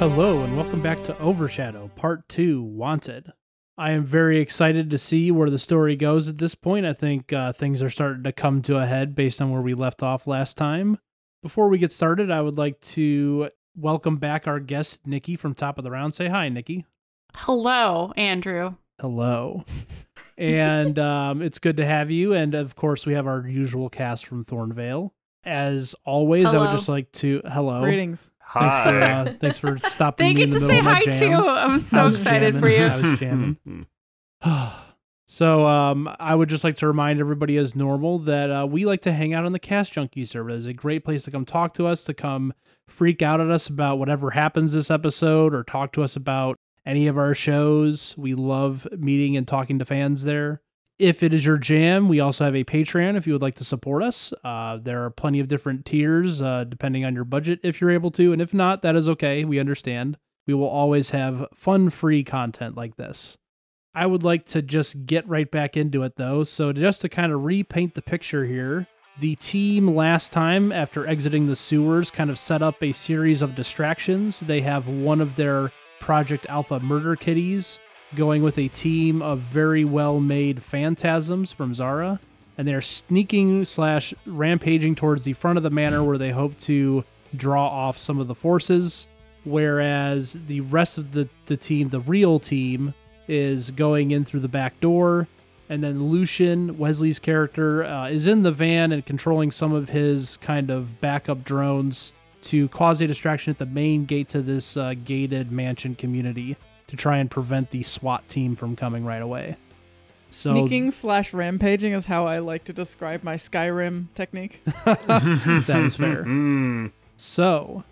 Hello, and welcome back to Overshadow, Part 2 Wanted. I am very excited to see where the story goes at this point. I think uh, things are starting to come to a head based on where we left off last time. Before we get started, I would like to welcome back our guest, Nikki, from Top of the Round. Say hi, Nikki. Hello, Andrew. Hello. and um, it's good to have you. And of course, we have our usual cast from Thornvale. As always, I would Hello. just like to hello. Greetings. Thanks for Hi. uh, thanks for stopping. me They get in to the say middle of my hi too. jam. I'm so I was excited for jamming. you. I was jamming. Mhm. so um, I would just like to remind everybody, as normal, that uh, we like to hang out on the Cast Junkie server. It's a great place to come talk to us, to come freak out at us about whatever happens this episode, or talk to us about any of our shows. We love meeting and talking to fans there. If it is your jam, we also have a Patreon if you would like to support us. Uh, there are plenty of different tiers uh, depending on your budget if you're able to. And if not, that is okay. We understand. We will always have fun, free content like this. I would like to just get right back into it though. So, just to kind of repaint the picture here, the team last time, after exiting the sewers, kind of set up a series of distractions. They have one of their Project Alpha murder kitties going with a team of very well made phantasms from Zara, and they're sneaking slash rampaging towards the front of the manor where they hope to draw off some of the forces. Whereas the rest of the, the team, the real team, is going in through the back door. And then Lucian, Wesley's character, uh, is in the van and controlling some of his kind of backup drones to cause a distraction at the main gate to this uh, gated mansion community to try and prevent the SWAT team from coming right away. So Sneaking slash rampaging is how I like to describe my Skyrim technique. that is fair. Mm. So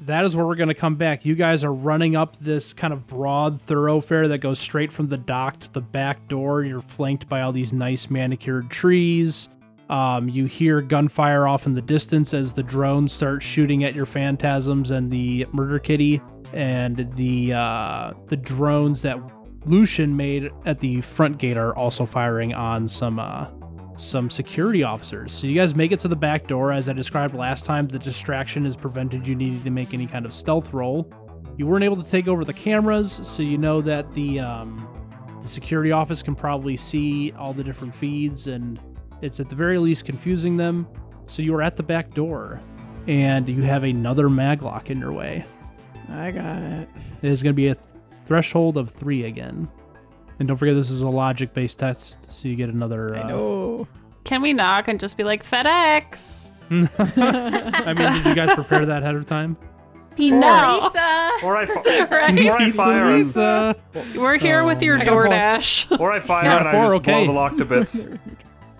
that is where we're going to come back. You guys are running up this kind of broad thoroughfare that goes straight from the dock to the back door. You're flanked by all these nice manicured trees. Um, you hear gunfire off in the distance as the drones start shooting at your phantasms and the murder kitty and the uh, the drones that Lucian made at the front gate are also firing on some uh, some security officers. So you guys make it to the back door. As I described last time, the distraction has prevented you needing to make any kind of stealth roll. You weren't able to take over the cameras, so you know that the um, the security office can probably see all the different feeds, and it's at the very least confusing them. So you are at the back door, and you have another maglock in your way. I got it. It is going to be a th- threshold of three again. And don't forget, this is a logic-based test, so you get another. I uh, know. Can we knock and just be like FedEx? I mean, did you guys prepare that ahead of time? Pizza No. Lisa. Or I, fi- Right? Or I fire him. Lisa. We're here with your I got a point. DoorDash. or I fire Yeah, and I four, just okay. blow the lock to bits.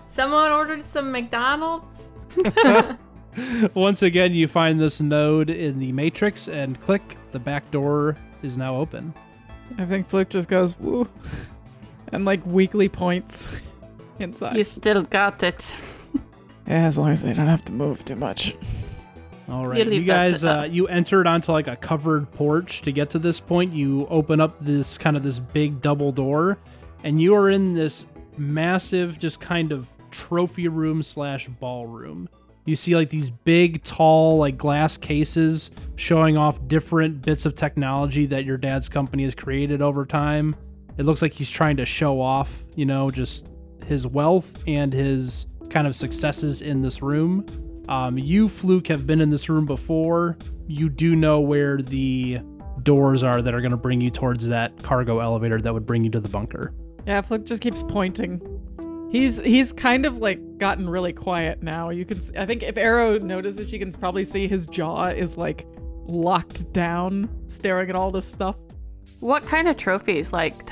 Someone ordered some McDonald's. Once again, you find this node in the matrix and click. The back door is now open. I think Fluke just goes woo, and like weekly points inside. You still got it. Yeah, as long as they don't have to move too much. All right, You you, leave that guys, to uh, us. you entered onto like a covered porch to get to this point. You open up this kind of this big double door, and you are in this massive, just kind of trophy room slash ballroom. You see like these big, tall, like glass cases showing off different bits of technology that your dad's company has created over time. It looks like he's trying to show off, you know, just his wealth and his kind of successes in this room. Um, you, Fluke, have been in this room before. You do know where the doors are that are going to bring you towards that cargo elevator that would bring you to the bunker. Yeah, Fluke just keeps pointing. He's he's kind of like gotten really quiet now. You can s I I think if Arrow notices, she can probably see his jaw is like locked down, staring at all this stuff. What kind of trophies? Like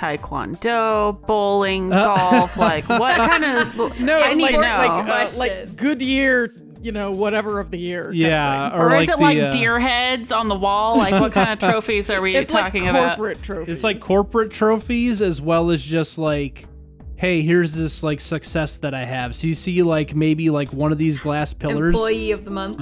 taekwondo, bowling, Uh. golf? Like what kind of? No, I need like, to know. like, uh, Question. like Goodyear, you know, whatever of the year. kind of Yeah, thing. or is it like the, uh, deer heads on the wall? Like what kind of trophies are we it's talking like about? corporate trophies. It's like corporate trophies as well as just like, hey, here's this like success that I have. So you see like maybe like one of these glass pillars. Employee of the month.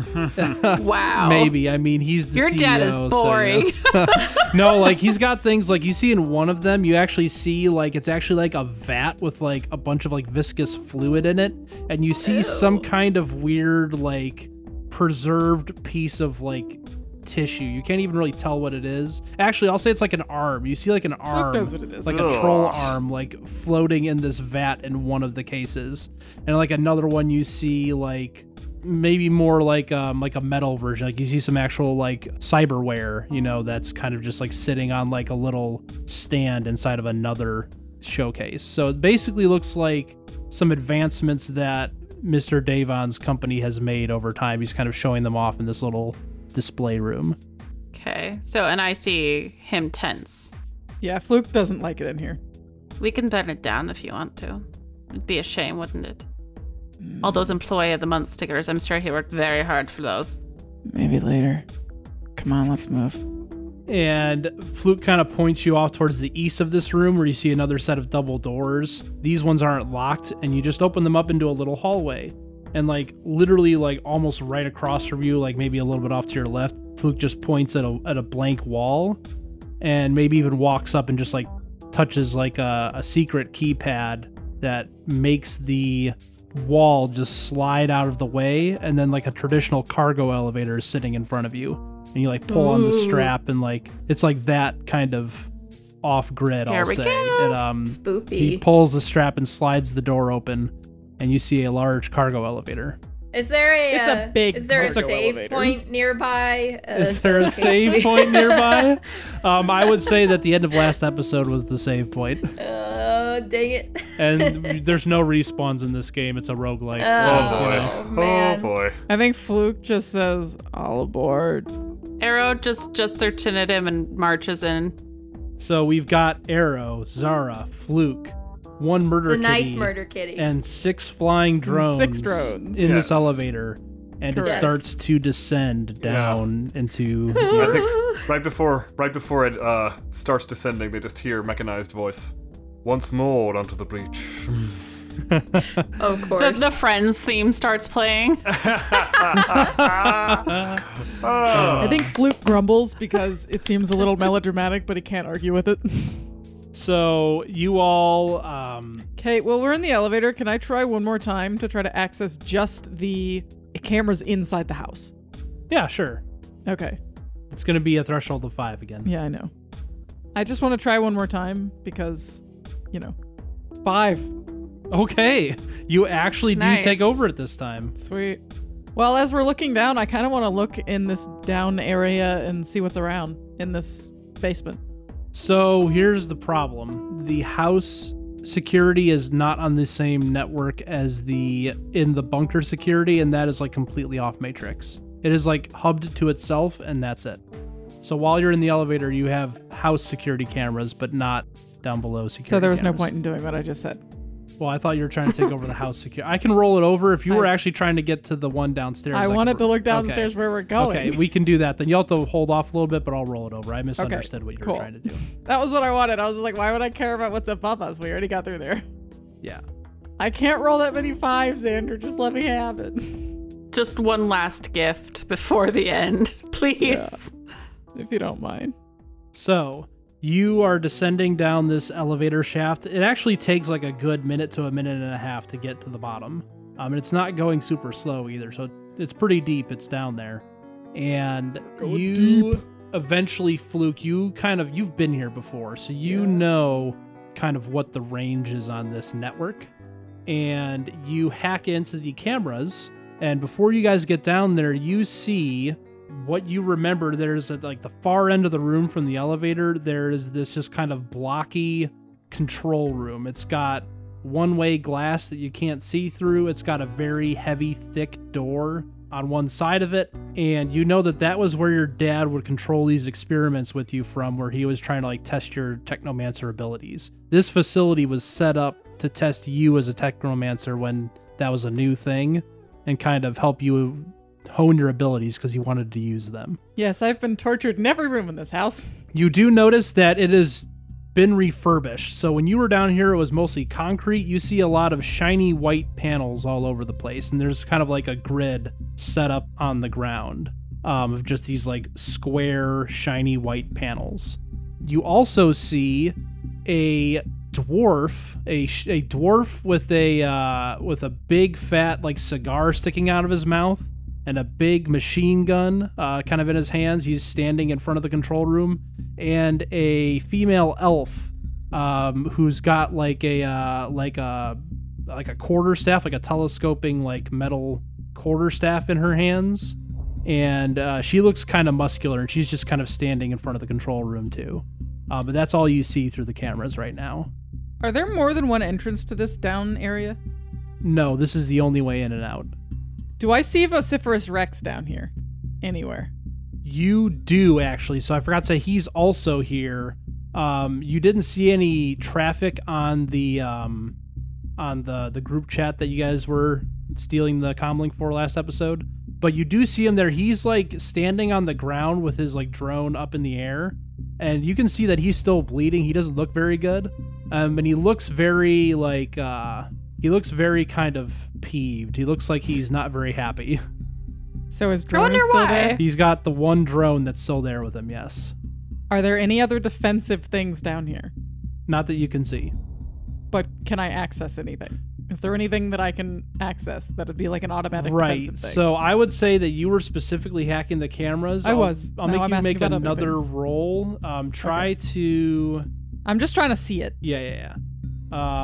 Wow. Maybe. I mean, he's the Your CEO, dad is so, yeah. boring. no, like he's got things like you see in one of them, you actually see like it's actually like a vat with like a bunch of like viscous fluid in it, and you see some Ew. kind of weird like preserved piece of like tissue. You can't even really tell what it is. Actually, I'll say it's like an arm. You see like an Snook arm knows what it is. like Ugh. a troll arm like floating in this vat in one of the cases and like another one you see like maybe more like um like a metal version like you see some actual like cyberware you know that's kind of just like sitting on like a little stand inside of another showcase so it basically looks like some advancements that mr davon's company has made over time he's kind of showing them off in this little display room Okay. So, and I see him tense. yeah, Fluke doesn't like it in here. We can burn it down if you want to. It'd be a shame, wouldn't it? All those employee of the month stickers, I'm sure he worked very hard for those. Maybe later. Come on, let's move. and Fluke kind of points you off towards the east of this room where you see another set of double doors. These ones aren't locked, and you just open them up into a little hallway. And like literally, like almost right across from you, like maybe a little bit off to your left, Fluke just points at a at a blank wall, and maybe even walks up and just like touches like a, a secret keypad that makes the wall just slide out of the way and then like a traditional cargo elevator is sitting in front of you and you like pull on the Ooh. strap and like it's like that kind of off grid Here i'll we say go. And, um he Spoopy. pulls the strap and slides the door open and you see a large cargo elevator Is there a? It's a uh, big Is there a cargo save elevator. point nearby? Uh, is there a case we- save point nearby um i would say that the end of last episode was the save point Oh dang it! and there's no respawns in this game it's a roguelike Oh, so, you know. oh boy. man. Oh boy. I think Fluke just says, all aboard. Uh. Arrow just juts her chin at him and marches in. So we've got Arrow, Zara, Fluke, one murder the kitty, nice murder kitty. and six flying drones, drones. in Yes. this elevator, and it Correct. starts to descend Yeah. down into. I The think right before right before it uh, starts descending, they just hear mechanized voice. Once more onto the breach. Oh, of The, course. the Friends theme starts playing. Ah, I think Fluke grumbles because it seems a little melodramatic, but he can't argue with it. so you all, um, Okay, well, we're in the elevator. Can I try one more time to try to access just the cameras inside the house? yeah, sure. Okay. It's going to be a threshold of five again. Yeah, I know. I just want to try one more time because, you know, five. Okay, you actually do Nice. take over it this time. Sweet. Well, as we're looking down, I kind of want to look in this down area and see what's around in this basement. So here's the problem: the house security is not on the same network as the in the bunker security, and that is like completely off matrix. It is like hubbed to itself, and that's it. So while you're in the elevator, you have house security cameras, but not down below security. So there was no cameras. point in doing what I just said. Well, I thought you were trying to take over the house security. I can roll it over if you were I- actually trying to get to the one downstairs. I can wanted to ro- look downstairs Okay. where we're going. Okay, we can do that. Then you'll have to hold off a little bit, but I'll roll it over. I misunderstood what you were cool. trying to do. That was what I wanted. I was like, why would I care about what's above us? We already got through there. Yeah. I can't roll that many fives, Andrew. Just let me have it. Just one last gift before the end, please. If you don't mind. So you are descending down this elevator shaft. It actually takes like a good minute to a minute and a half to get to the bottom. Um, and it's not going super slow either, so it's pretty deep. It's down there, and Go you deep. eventually fluke. You kind of you've been here before, so you Yes. know kind of what the range is on this network, and you hack into the cameras. And before you guys get down there, you see what you remember there's at like the far end of the room from the elevator there is this just kind of blocky control room it's got one way glass that you can't see through it's got a very heavy thick door on one side of it and you know that that was where your dad would control these experiments with you from where he was trying to like test your technomancer abilities this facility was set up to test you as a technomancer when that was a new thing and kind of help you hone your abilities because you wanted to use them. Yes, I've been tortured in every room in this house. You do notice that it has been refurbished. So when you were down here, it was mostly concrete. You see a lot of shiny white panels all over the place, and there's kind of like a grid set up on the ground um, of just these like square, shiny white panels. You also see a dwarf, a, sh- a dwarf with a uh, with a big fat like cigar sticking out of his mouth and a big machine gun uh, kind of in his hands. He's standing in front of the control room, and a female elf um, who's got like a uh, like a like a quarter staff, like a telescoping like metal quarter staff in her hands. And uh, she looks kind of muscular, and she's just kind of standing in front of the control room too. Uh, but that's all you see through the cameras right now. Are there more than one entrance to this down area? No, this is the only way in and out. Do I see Vociferous Rex down here? Anywhere. You do actually. So I forgot to say he's also here. Um, you didn't see any traffic on the um, on the the group chat that you guys were stealing the comlink for last episode, but you do see him there. He's like standing on the ground with his like drone up in the air, and you can see that he's still bleeding. He doesn't look very good, um, and he looks very like uh, he looks very kind of peeved. He looks like he's not very happy. So is I drone wonder is still why. there? He's got the one drone that's still there with him, yes. Are there any other defensive things down here? Not that you can see. But can I access anything? Is there anything that I can access that would be like an automatic Right. defensive thing? So I would say that you were specifically hacking the cameras. I I'll- was. I'll Now make I'm you asking make about other another things. roll. Um, try to. I'm just trying to see it. Yeah, yeah, yeah.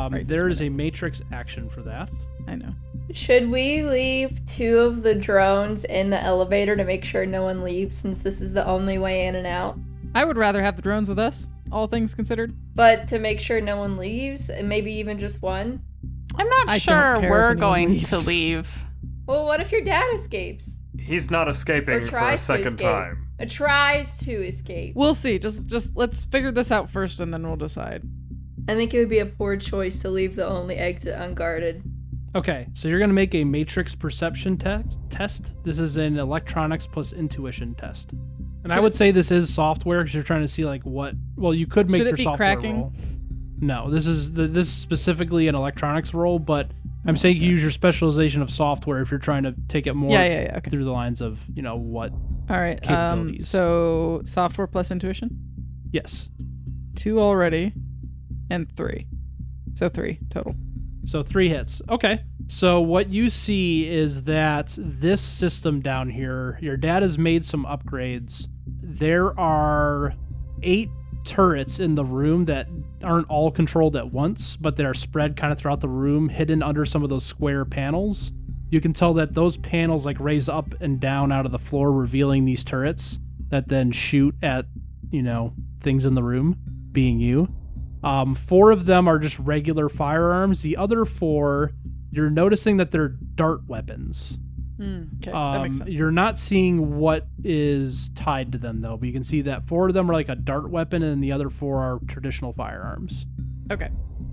Um, Right this there is a matrix action for that. I know. Should we leave two of the drones in the elevator to make sure no one leaves since this is the only way in and out? I would rather have the drones with us, all things considered. But to make sure no one leaves, and maybe even just one. I'm not I don't sure care if we're anyone going leaves. Uh, to leave. Well, what if your dad escapes? He's not escaping for a tries to second escape. time. Or tries to escape? We'll see. Just just let's figure this out first and then we'll decide. I think it would be a poor choice to leave the only exit unguarded. Okay, so you're going to make a matrix perception text, test. This is an electronics plus intuition test. And I Should would it- say this is software because you're trying to see like what. Well, you could make Should it your be software cracking? roll. No, this is the, this is specifically an electronics roll, but I'm saying you use your specialization of software if you're trying to take it more Yeah, yeah, yeah. Okay. through the lines of you know what. All right. Um Capabilities. so software plus intuition. Yes. 2 already and 3. So 3 total. So three hits. Okay. So what you see is that this system down here, your dad has made some upgrades. There are eight turrets in the room that aren't all controlled at once, but they are spread kind of throughout the room, hidden under some of those square panels. You can tell that those panels like raise up and down out of the floor, revealing these turrets that then shoot at, you know, things in the room, being you. Um, four of them are just regular firearms. The other four, you're noticing that they're dart weapons. Hmm, okay. that Um, makes sense. you're not seeing what is tied to them though, but you can see that four of them are like a dart weapon, and the other four are traditional firearms. Okay.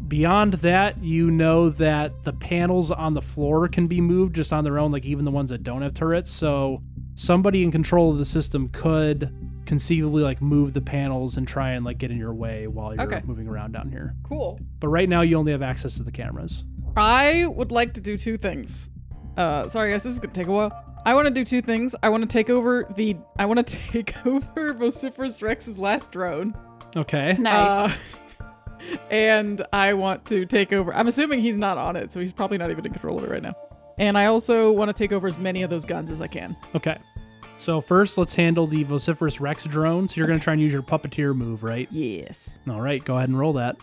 Beyond that, you know that the panels on the floor can be moved just on their own, like even the ones that don't have turrets. So somebody in control of the system could conceivably like move the panels and try and like get in your way while you're Okay. moving around down here. Cool. But right now, you only have access to the cameras. I would like to do two things. Uh, sorry guys, this is gonna take a while. I want to do two things. I want to take over the. I want to take over Vociferous Rex's last drone. Okay. Nice. Uh, and I want to take over. I'm assuming he's not on it, so he's probably not even in control of it right now. And I also want to take over as many of those guns as I can. Okay. So first, let's handle the vociferous Rex drone. So you're going to try and use your puppeteer move, right? Yes. All right. Go ahead and roll that.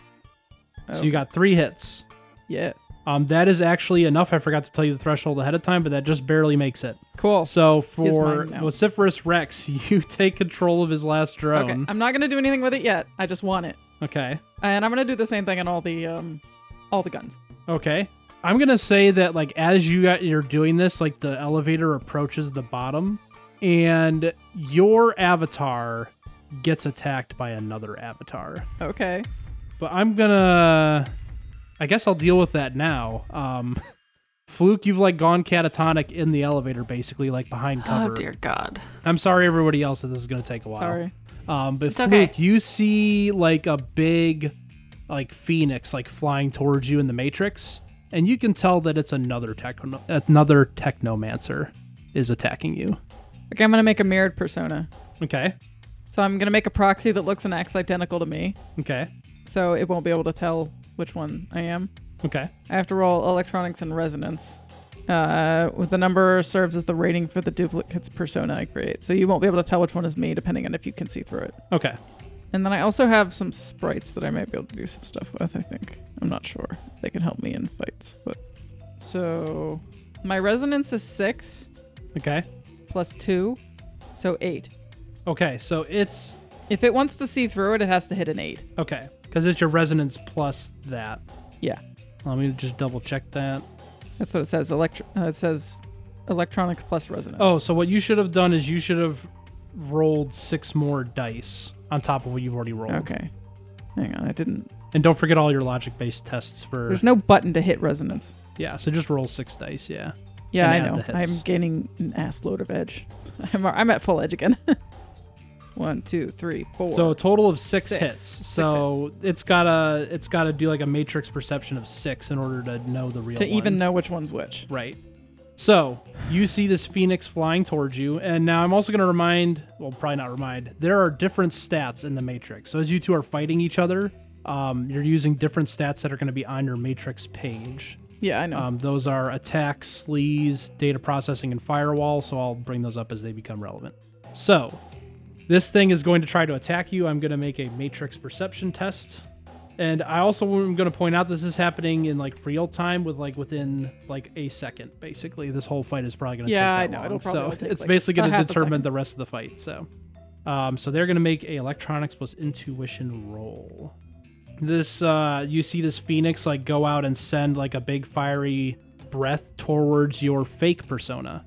So you got three hits. Yes. Um, that is actually enough. I forgot to tell you the threshold ahead of time, but that just barely makes it. Cool. So is for mine now. vociferous Rex, you take control of his last okay. drone. I'm not gonna do anything with it yet. I just want it, Okay. and I'm gonna do the same thing on all the um, all the guns. Okay. I'm gonna say that like as you got, you're doing this, like the elevator approaches the bottom, and your avatar gets attacked by another avatar. Okay. But I'm gonna, I guess I'll deal with that now. Um, Fluke, you've like gone catatonic in the elevator, basically like behind oh cover. dear God. I'm sorry, everybody else, that this is gonna take a while. Sorry. Um, but It's Fluke, okay. you see like a big, like phoenix, like flying towards you in the Matrix, and you can tell that it's another techno, another technomancer is attacking you. Okay, I'm gonna make a mirrored persona. Okay, So I'm gonna make a proxy that looks and acts identical to me, okay, so it won't be able to tell which one I am. okay. I have to roll electronics and resonance. Uh, with the number serves as the rating for the duplicate's persona I create, so you won't be able to tell which one is me depending on if you can see through it. Okay. And then I also have some sprites that I might be able to do some stuff with, I think. I'm not sure. They can help me in fights, but so my resonance is six Okay. plus two, so eight. Okay. So it's If it wants to see through it, it has to hit an eight. okay because it's your resonance plus that. Yeah. Let me just double check that. That's what it says. Electro uh, it says electronic plus resonance. Oh, so what you should have done is you should have rolled six more dice on top of what you've already rolled. okay. Hang on, I didn't. And don't forget all your logic based tests for There's no button to hit resonance. yeah. So just roll six dice. Yeah. Yeah, And I add know. the hits. I'm gaining an ass load of edge. I'm, I'm at full edge again. One, two, three, four. So a total of six, Six. hits. Six So it's gotta it's gotta do like a matrix perception of six in order to know the real to one. even know which one's which. Right. So you see this phoenix flying towards you, and now I'm also going to remind. Well, probably not remind. There are different stats in the matrix. So as you two are fighting each other, um, you're using different stats that are going to be on your matrix page. Yeah, I know. Um, those are attack, sleaze, data processing, and firewall. So I'll bring those up as they become relevant. So this thing is going to try to attack you. I'm going to make a matrix perception test. And I also am going to point out this is happening in like real time with like within like a second, basically. This whole fight is probably going to Yeah, I take that know. long. It'll probably so only take, it's like, basically a going to half a determine second. the rest of the fight. So, um, so they're going to make a electronics plus intuition roll this uh you see this phoenix like go out and send like a big fiery breath towards your fake persona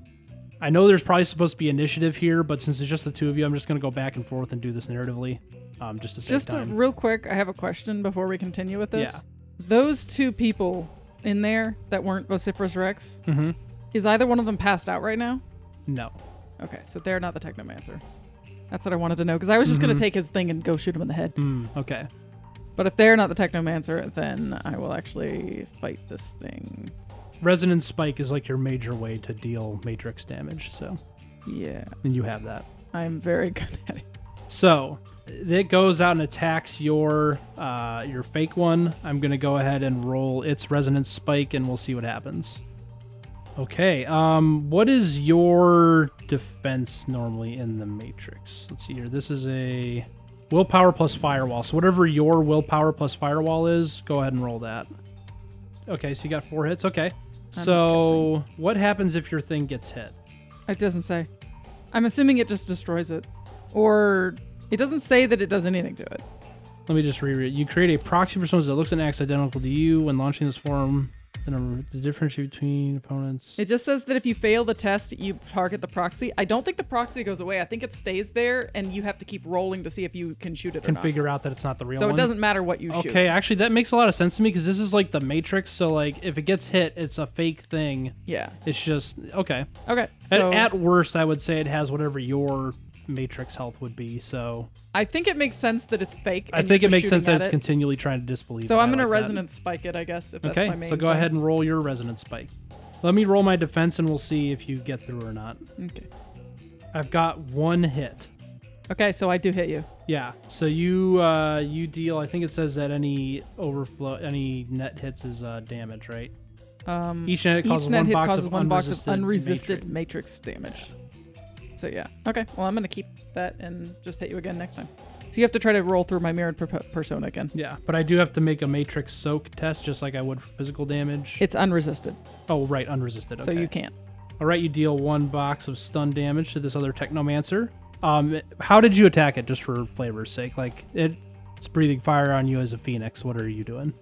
i know there's probably supposed to be initiative here but since it's just the two of you i'm just going to go back and forth and do this narratively um just to save Just uh, time real quick, I have a question before we continue with this. Yeah. Those two people in there that weren't vociferous Rex, Mhm. is either one of them passed out right now? no Okay, so they're not the technomancer. That's what I wanted to know because I was just Mm-hmm. going to take his thing and go shoot him in the head. Hmm, okay But if they're not the technomancer, then I will actually fight this thing. resonance spike is like your major way to deal matrix damage so Yeah, and you have that I'm very good at it. So it goes out and attacks your uh, your fake one. I'm gonna go ahead and roll its resonance spike, and we'll see what happens. Okay. Um, what is your defense normally in the matrix? Let's see here. This is a willpower plus firewall. So whatever your willpower plus firewall is, go ahead and roll that. Okay. So you got four hits. Okay. So what happens if your thing gets hit? It doesn't say. I'm assuming it just destroys it, or it doesn't say that it does anything to it. Let me just reread. You create a proxy persona that looks and acts identical to you when launching this form. The number, the difference between opponents. It just says that if you fail the test, you target the proxy. I don't think the proxy goes away. I think it stays there, and you have to keep rolling to see if you can shoot it can or not. figure out that it's not the real so one. it doesn't matter what you shoot. Okay, actually, that makes a lot of sense to me because this is like the Matrix. So like, if it gets hit, it's a fake thing. Yeah. It's just okay. Okay. At- So at, worst, I would say it has whatever your Matrix health would be. So I think it makes sense that it's fake. I and think you're it makes shooting sense that at it's it. continually trying to disbelieve. it. So I'm I gonna like that. resonance spike it, I guess. If that's Okay, my main. so go thing. ahead and roll your resonance spike. Let me roll my defense, and we'll see if you get through or not. Okay. I've got one hit. Okay. So I do hit you. Yeah. So you uh, you deal. I think it says that any overflow, any net hits is uh, damage, right? Um, Each net causes Each net one hit box causes of one box of unresisted, unresisted matrix. matrix. damage. So yeah. Okay. Well, I'm gonna keep that and just hit you again next time. So you have to try to roll through my mirrored per- persona again. Yeah, but I do have to make a matrix soak test, just like I would for physical damage. It's unresisted, oh, right, unresisted. so okay. you can't. All right, you deal one box of stun damage to this other technomancer. Um, how did you attack it, just for flavor's sake? Like it, it's breathing fire on you as a phoenix. What are you doing?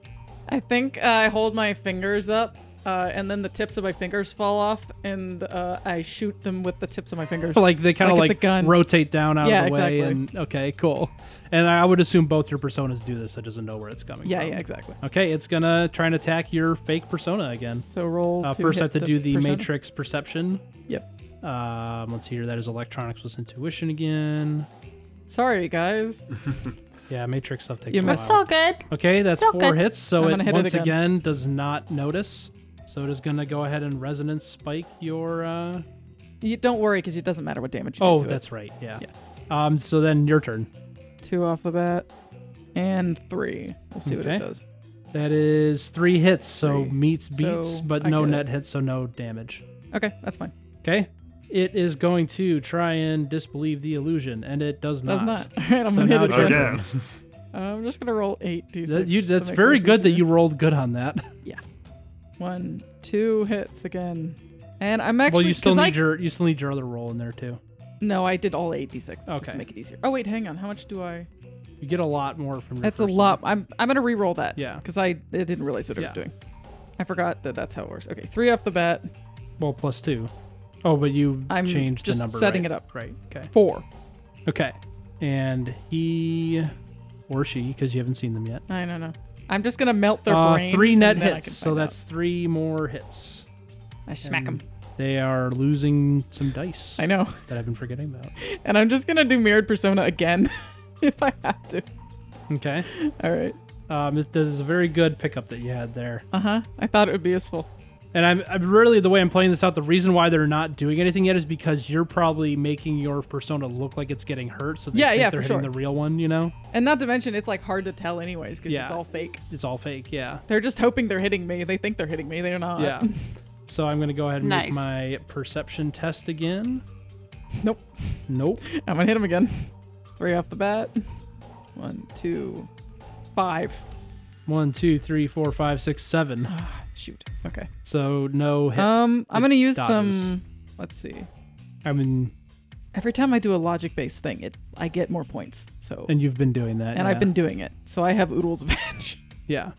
I think uh, I hold my fingers up, uh, and then the tips of my fingers fall off, and uh, I shoot them with the tips of my fingers. like they kind of Like like, it's a gun. rotate down out Yeah, of the way exactly. and okay cool and i would assume both your personas do this it doesn't know where it's coming yeah, from yeah, exactly. okay it's gonna try and attack your fake persona again So roll. uh, to first i hit have to do the persona. matrix perception Yep. um, let's see here that is electronics plus intuition again Sorry, guys. yeah matrix stuff takes You a missed. That's while so good. okay that's Still four good. hits so I'm it gonna hit it once again. again does not notice so it is gonna go ahead and resonance spike your uh You don't worry, because it doesn't matter what damage. You do oh to it. that's right yeah. um so then your turn two off the bat, and three. We'll see what Okay. it does. That is three hits, so Three. meets beats, So but I no get- net hits, so no damage. Okay, that's fine. Okay. It is going to try and disbelieve the illusion, and it does not. Does not. All right, I'm So gonna now hit it it's your again. Again. Uh, I'm just gonna roll eight d6. That- you- just to that's make very life good that easier. you rolled good on that. One, two hits again, and I'm actually. well, you still 'cause need I, your you still need your other roll in there too. No, I did all eight d6 just Okay. to make it easier. Oh wait, hang on. How much do I? You get a lot more from. Your That's a first lot. I'm I'm gonna re-roll that. Yeah. Because I, I didn't realize what I Yeah. was doing. I forgot that that's how it works. Okay, three off the bat. One. Well, plus two. Oh, but you I'm changed just the number. setting right? it up. Right. Okay. Four. Okay. And he or she, because you haven't seen them yet. I don't know. I'm just gonna melt their Uh, brain. three and net then I hits, can so find that's three more hits. out. I smack them. And They are losing some dice I know. that I've been forgetting about. And I'm just gonna do mirrored persona again, if I have to. Okay. All right. Um, this this is a very good pickup that you had there. Uh huh. I thought it would be useful. And I'm, I'm really the way I'm playing this out. The reason why they're not doing anything yet is because you're probably making your persona look like it's getting hurt, so they Yeah, think yeah, they're for hitting sure. the real one. You know, And not to mention, it's like hard to tell anyways because Yeah. it's all fake. it's all fake. Yeah, They're just hoping they're hitting me. They think they're hitting me. They're not. yeah. So I'm gonna go ahead and make Nice. my perception test again. Nope. Nope. I'm gonna hit him again. Three off the bat. One, two, five. One, two, three, four, five, six, seven. Shoot. Okay. So no hit. Um, I'm gonna use dodges. some. Let's see. I mean, Every time I do a logic-based thing, it I get more points. So and, and you've been doing that, yeah. I've been doing it. So I have oodles of edge. yeah.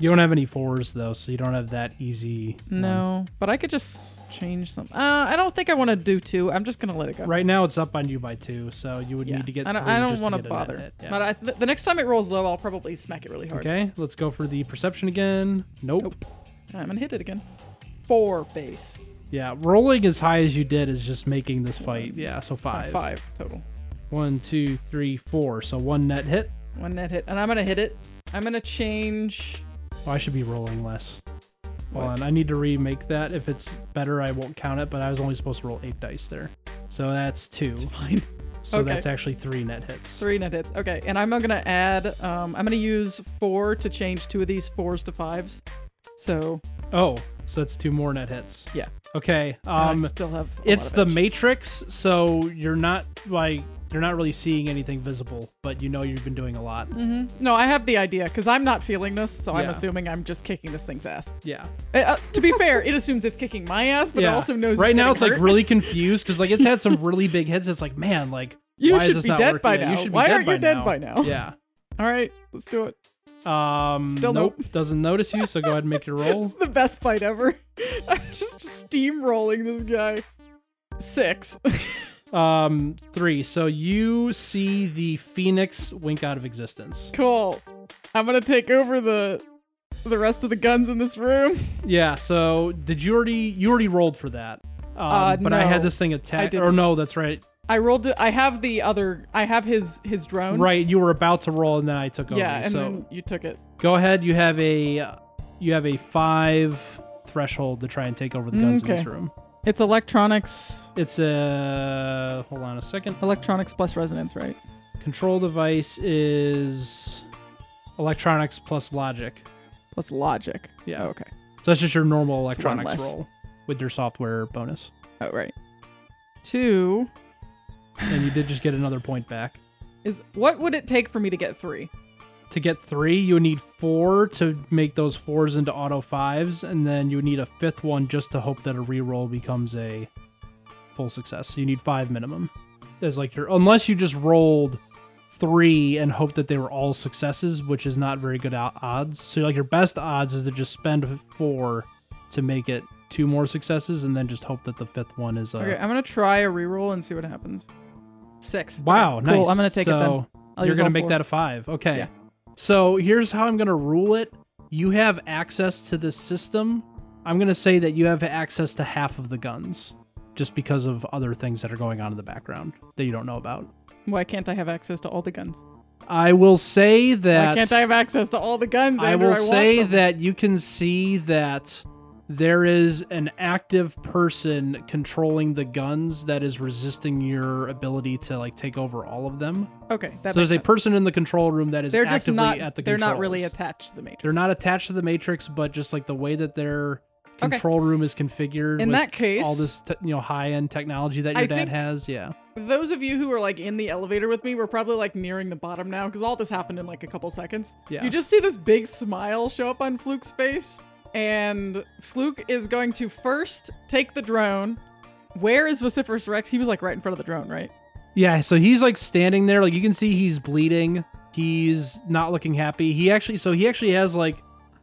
You don't have any fours though, so you don't have that easy. one. no, but I could just change some. Uh, I don't think I want to do two. I'm just gonna let it go. Right now, it's up on you by two, so you would Yeah. need to get. I don't, three I don't just to want get a net bother. hit. Yeah. But I, th- the next time it rolls low, I'll probably smack it really hard. Okay, let's go for the perception again. Nope. Nope. I'm gonna hit it again. Four base. Yeah, rolling as high as you did is just making this fight. Yeah, so Five. five. total. One, two, three, four. So one net hit. One net hit, and I'm gonna hit it. I'm gonna change. Oh, I should be rolling less. Hold What? on, I need to remake that. If it's better, I won't count it, but I was only supposed to roll eight dice there. So that's two. Fine. So okay. that's actually three net hits. Three net hits. Okay, and I'm gonna add. Um, I'm gonna use four to change two of these fours to fives. So Oh, so that's two more net hits. yeah, Okay. and Um, I still have. a it's lot the of edge. Matrix, so you're not like you're not really seeing anything visible, but you know you've been doing a lot. No, I have the idea because I'm not feeling this, so I'm Yeah. assuming I'm just kicking this thing's ass. Yeah. Uh, uh, to be fair, it assumes it's kicking my ass, but it also knows. right now it's getting like hurt. really confused because like it's had some really big hits it's like man like You why is should this be not dead working? by Yeah, you now. should be Why dead aren't by you dead now. by now? yeah All right, let's do it. um Still nope doesn't notice you so go ahead and make your roll It's the best fight ever. I'm just steamrolling this guy. Six. um three so you see the phoenix wink out of existence cool. I'm gonna take over the the rest of the guns in this room. yeah so did you already you already rolled for that um, Uh, but i had no, this thing attack didn't. or no that's right I rolled. It, I have the other. I have his his drone. right you were about to roll and then i took over Yeah, and so then you took it. go ahead you have a you have a five threshold to try and take over the guns in this Okay. room It's electronics. It's a hold on a second. Electronics plus resonance, right? Control device is electronics plus logic. Plus logic. Yeah. Oh, okay. So that's just your normal electronics less. roll with your software bonus. Oh, right. Two And you did just get another point back. is what would it take for me to get three? Uh, To get three, you would need four to make those fours into auto fives, and then you would need a fifth one just to hope that a reroll becomes a full success. So you need five minimum. As like your unless you just rolled three and hope that they were all successes, which is not very good o- odds. So like your best odds is to just spend four to make it two more successes, and then just hope that the fifth one is a Okay, I'm gonna try a reroll and see what happens. Six. Wow, Okay, nice. cool. I'm gonna take it then. So I'll you're use gonna all make four. that a five. Okay. Yeah. So here's how I'm gonna rule it. You have access to this system. I'm gonna say that you have access to half of the guns, just because of other things that are going on in the background that you don't know about. Why can't I have access to all the guns? I will say that Why can't I have access to all the guns? I Andrew? will want say them. that you can see that there is an active person controlling the guns that is resisting your ability to like take over all of them. Okay, that so makes there's a sense. person in the control room that is They're just actively not. at the they're not really controls. attached to the matrix. They're not attached to the matrix, but just like the way that their Okay. control room is configured. In with that case- all this te- you know high end technology that your I dad think- has. Yeah, Those of you who are like in the elevator with me, we're probably like nearing the bottom now because all this happened in like a couple seconds. yeah. You just see this big smile show up on Fluke's face, and Fluke is going to first take the drone. Where is Vociferous Rex? He was like right in front of the drone, right? Yeah, so he's like standing there, like you can see he's bleeding. He's not looking happy. He actually so he actually has like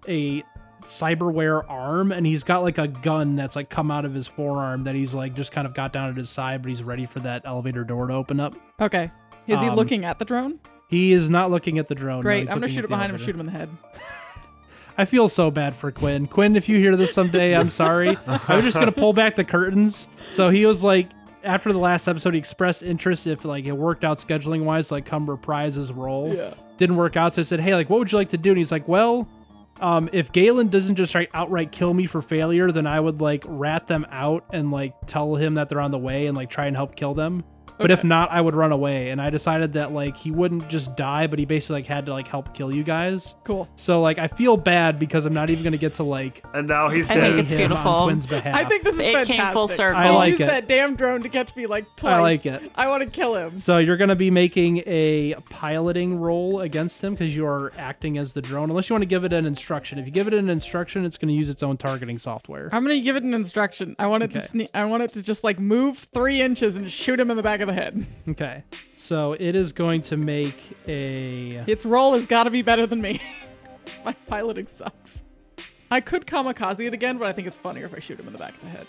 a cyberware arm and he's got like a gun that's like come out of his forearm that he's like just kind of got down at his side, but he's ready for that elevator door to open up. Okay. Is he Um, looking at the drone? He is not looking at the drone. no, Great. he's I'm gonna looking shoot at it the behind him. elevator. Shoot him in the head. I feel so bad for Quinn. Quinn, if you hear this someday, I'm sorry. I was just gonna pull back the curtains. So he was like, after the last episode, he expressed interest if like it worked out scheduling wise, like come reprise his role. Yeah. Didn't work out, so I said, hey, like, what would you like to do? And he's like, well, um, if Galen doesn't just like outright kill me for failure, then I would like rat them out and like tell him that they're on the way and like try and help kill them. But if not, I would run away. And I decided that like he wouldn't just die, but he basically like had to like help kill you guys. Cool. So like I feel bad because I'm not even gonna get to like And now he's I think pay dead. it's him beautiful. on Quinn's behalf. I think this is It fantastic. came full circle. I like Use it. that damn drone to catch me like twice. I like it. I want to kill him. so. You're gonna be making a piloting role against him because you are acting as the drone. Unless you want to give it an instruction. If you give it an instruction, it's gonna use its own targeting software. I'm gonna give it an instruction. I want it Okay. to sne- I want it to just like move three inches and shoot him in the back of the head. Okay, so it is going to make a. Its role has got to be better than me. My piloting sucks. I could kamikaze it again, but I think it's funnier if I shoot him in the back of the head.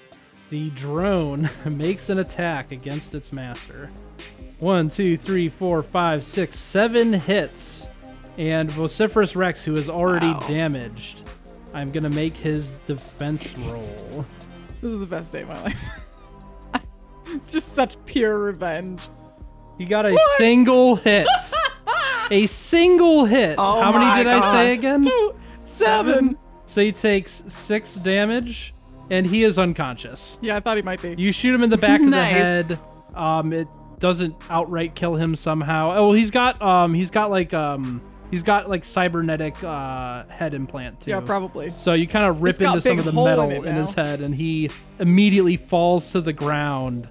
The drone makes an attack against its master. One, two, three, four, five, six, seven hits. And Vociferous Rex, who is already Wow. damaged, I'm going to make his defense roll. This is the best day of my life. it's just such pure revenge. He got a single hit. a single hit. Oh How my many did I say God. again? Two, seven. So he takes six damage, and he is unconscious. Yeah, I thought he might be. You shoot him in the back of the Nice. head. Um, it doesn't outright kill him somehow. Oh, well, he's got um, he's got like um, he's got like cybernetic uh head implant too. yeah, probably. So you kind of rip He's got into some big of the hole in metal it in, his now. head, and he immediately falls to the ground.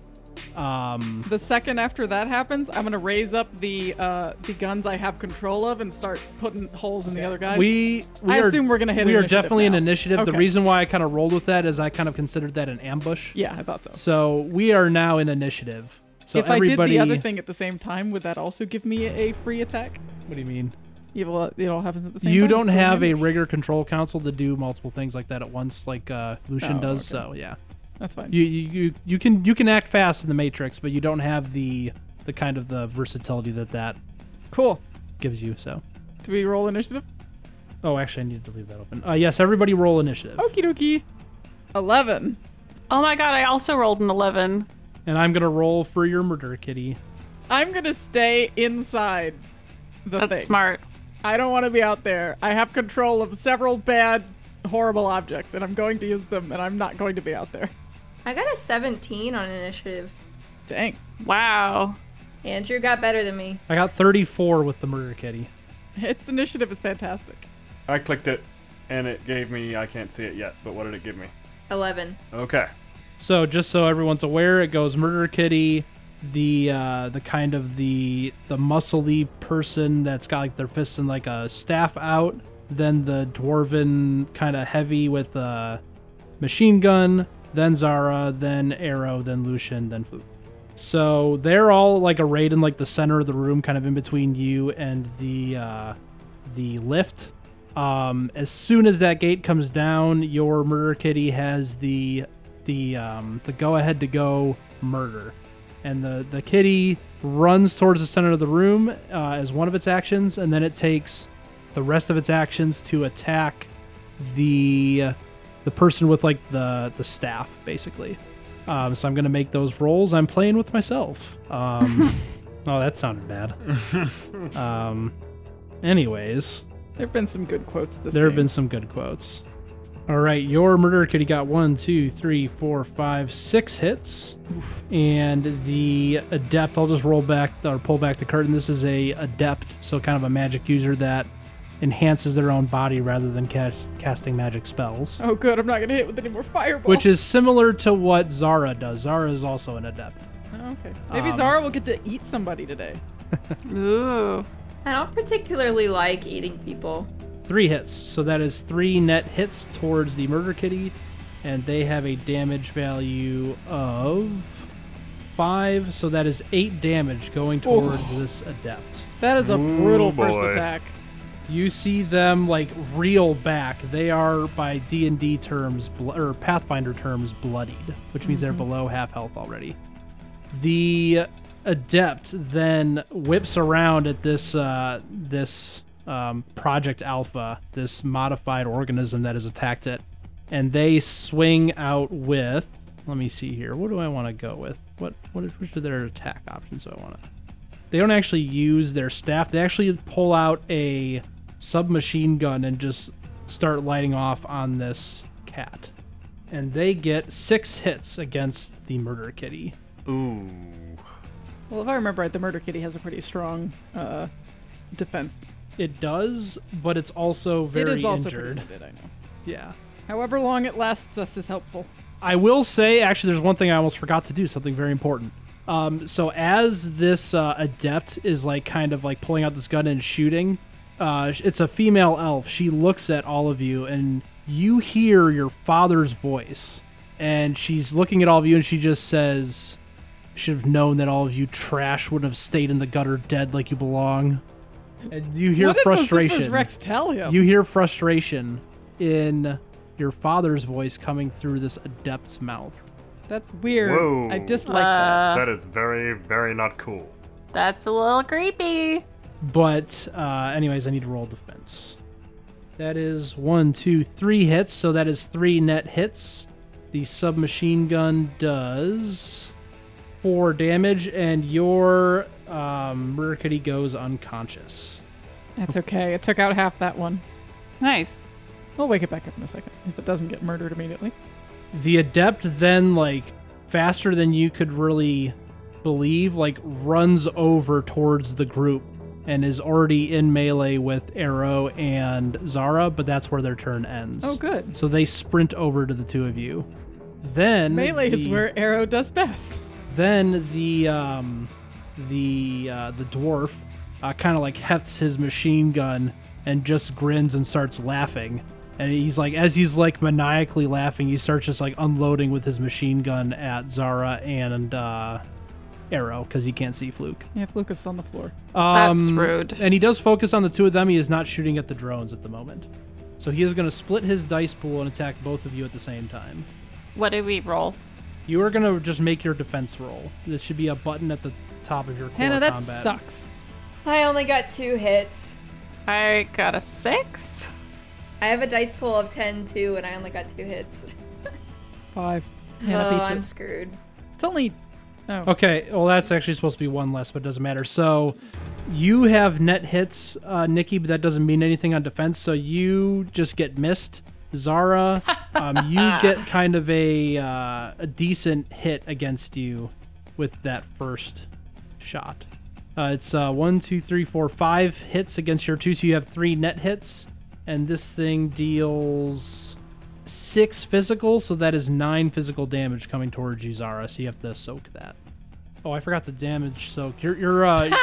Um, The second after that happens, I'm gonna raise up the uh, the guns I have control of and start putting holes in the other guys. we, we I are, assume we're gonna hit We an are initiative definitely now. an initiative. The Okay. reason why I kind of rolled with that is I kind of considered that an ambush. yeah, I thought so. So we are now in initiative. So if everybody, I did the other thing at the same time, would that also give me a free attack? what do you mean? Yeah, well, it all happens at the same time. you don't so have a maybe- rigor control council to do multiple things like that at once like uh, lucian Oh, does okay. so yeah That's fine. you, you you you can you can act fast in the matrix but you don't have the the kind of the versatility that that cool. gives you so Do we roll initiative? oh actually i needed to leave that open uh, yes everybody roll initiative Okie dokie. 11. Oh my god, I also rolled an 11. and i'm gonna roll for your murder kitty I'm going to stay inside the That's thing. smart. I don't want to be out there. I have control of several bad, horrible objects, and I'm going to use them, and I'm not going to be out there. I got a 17 on initiative. Dang. Wow. Andrew got better than me. i got 34 with the murder kitty Its initiative is fantastic. I clicked it, and it gave me. I can't see it yet, but what did it give me? 11. Okay. So just so everyone's aware, it goes Murder Kitty, the uh, the kind of the the muscly person that's got like their fists and like a staff out, then the dwarven kind of heavy with a machine gun, then Zara, then Arrow, then Lucian, then Fluke. So they're all like arrayed in like the center of the room, kind of in between you and the uh, the lift. Um, as soon as that gate comes down, your murder kitty has the the um, the go ahead to go murder, and the the kitty runs towards the center of the room uh, as one of its actions, and then it takes the rest of its actions to attack the the person with like the the staff basically. Um, so I'm gonna make those rolls. I'm playing with myself. Um, oh, that sounded bad. Um, anyways, There have been some good quotes this there have game. been some good quotes. All right, your murder kitty got one, two, three, four, five, six hits, and the adept. I'll just roll back or pull back the curtain. This is a adept, so kind of a magic user that enhances their own body rather than cast, casting magic spells, Oh, good. I'm not gonna hit with any more fireballs. which is similar to what Zara does. Zara is also an adept. Oh, okay. Maybe Um, Zara will get to eat somebody today. Ooh. I don't particularly like eating people. Three hits, so that is three net hits towards the murder kitty, and they have a damage value of five, so that is eight damage going towards this adept. That is a Ooh, brutal first boy. attack. You see them like reel back. They are by D and D terms bl- or Pathfinder terms bloodied, which means they're below half health already. The adept then whips around at this uh, this um, Project Alpha, this modified organism that has attacked it, and they swing out with. Let me see here. What do I want to go with? What what is, which are their attack options? Do I want to they don't actually use their staff. They actually pull out a submachine gun and just start lighting off on this cat. And they get six hits against the murder kitty. Ooh. Well, if I remember right, the murder kitty has a pretty strong uh, defense. It does, but it's also very it is also injured. pretty limited, I know. Yeah. However long it lasts us is helpful. I will say, actually, there's one thing I almost forgot to do, something very important. Um, so as this uh, adept is like kind of like pulling out this gun and shooting, uh, sh- it's a female elf. She looks at all of you, and you hear your father's voice, and she's looking at all of you, and she just says, "Should have known that all of you trash would have stayed in the gutter dead like you belong." And you hear what frustration. Did Lucifer's Rex tell him? You hear frustration in your father's voice coming through this adept's mouth. That's weird. Whoa. I dislike that. Uh, that is very, very not cool. that's a little creepy. But, uh, anyways, I need to roll defense. That is one, two, three hits. So that is three net hits. The submachine gun does four damage, and your um, murder kitty goes unconscious. That's okay. It took out half that one. Nice. We'll wake it back up in a second if it doesn't get murdered immediately. the adept then like faster than you could really believe like runs over towards the group and is already in melee with arrow and zara but that's where their turn ends Oh, good. so they sprint over to the two of you then Melee is the- where Arrow does best. then the um, the uh, the dwarf uh, kind of like hefts his machine gun and just grins and starts laughing. And he's like, as he's like maniacally laughing, he starts just like unloading with his machine gun at Zara and uh, Arrow because he can't see Fluke. Yeah, Lucas is on the floor. That's Um, rude. And he does focus on the two of them. He is not shooting at the drones at the moment. So he is going to split his dice pool and attack both of you at the same time. What did we roll? You are gonna just make your defense roll. There should be a button at the top of your core Hannah, that combat. sucks. I only got two hits. I got a six. I have a dice pool of 10 too, and I only got two hits. Five. Hannah oh, beats I'm it. screwed. It's only. Oh. Okay, well that's actually supposed to be one less, but it doesn't matter. So you have net hits, uh, Nikki, but that doesn't mean anything on defense. So you just get missed. Zara, um, you get kind of a uh, a decent hit against you with that first shot. Uh, it's uh, one, two, three, four, five hits against your two, so you have three net hits, and this thing deals six physical, so that is nine physical damage coming towards you, Zara. So you have to soak that. Oh, I forgot the damage soak. Your your uh,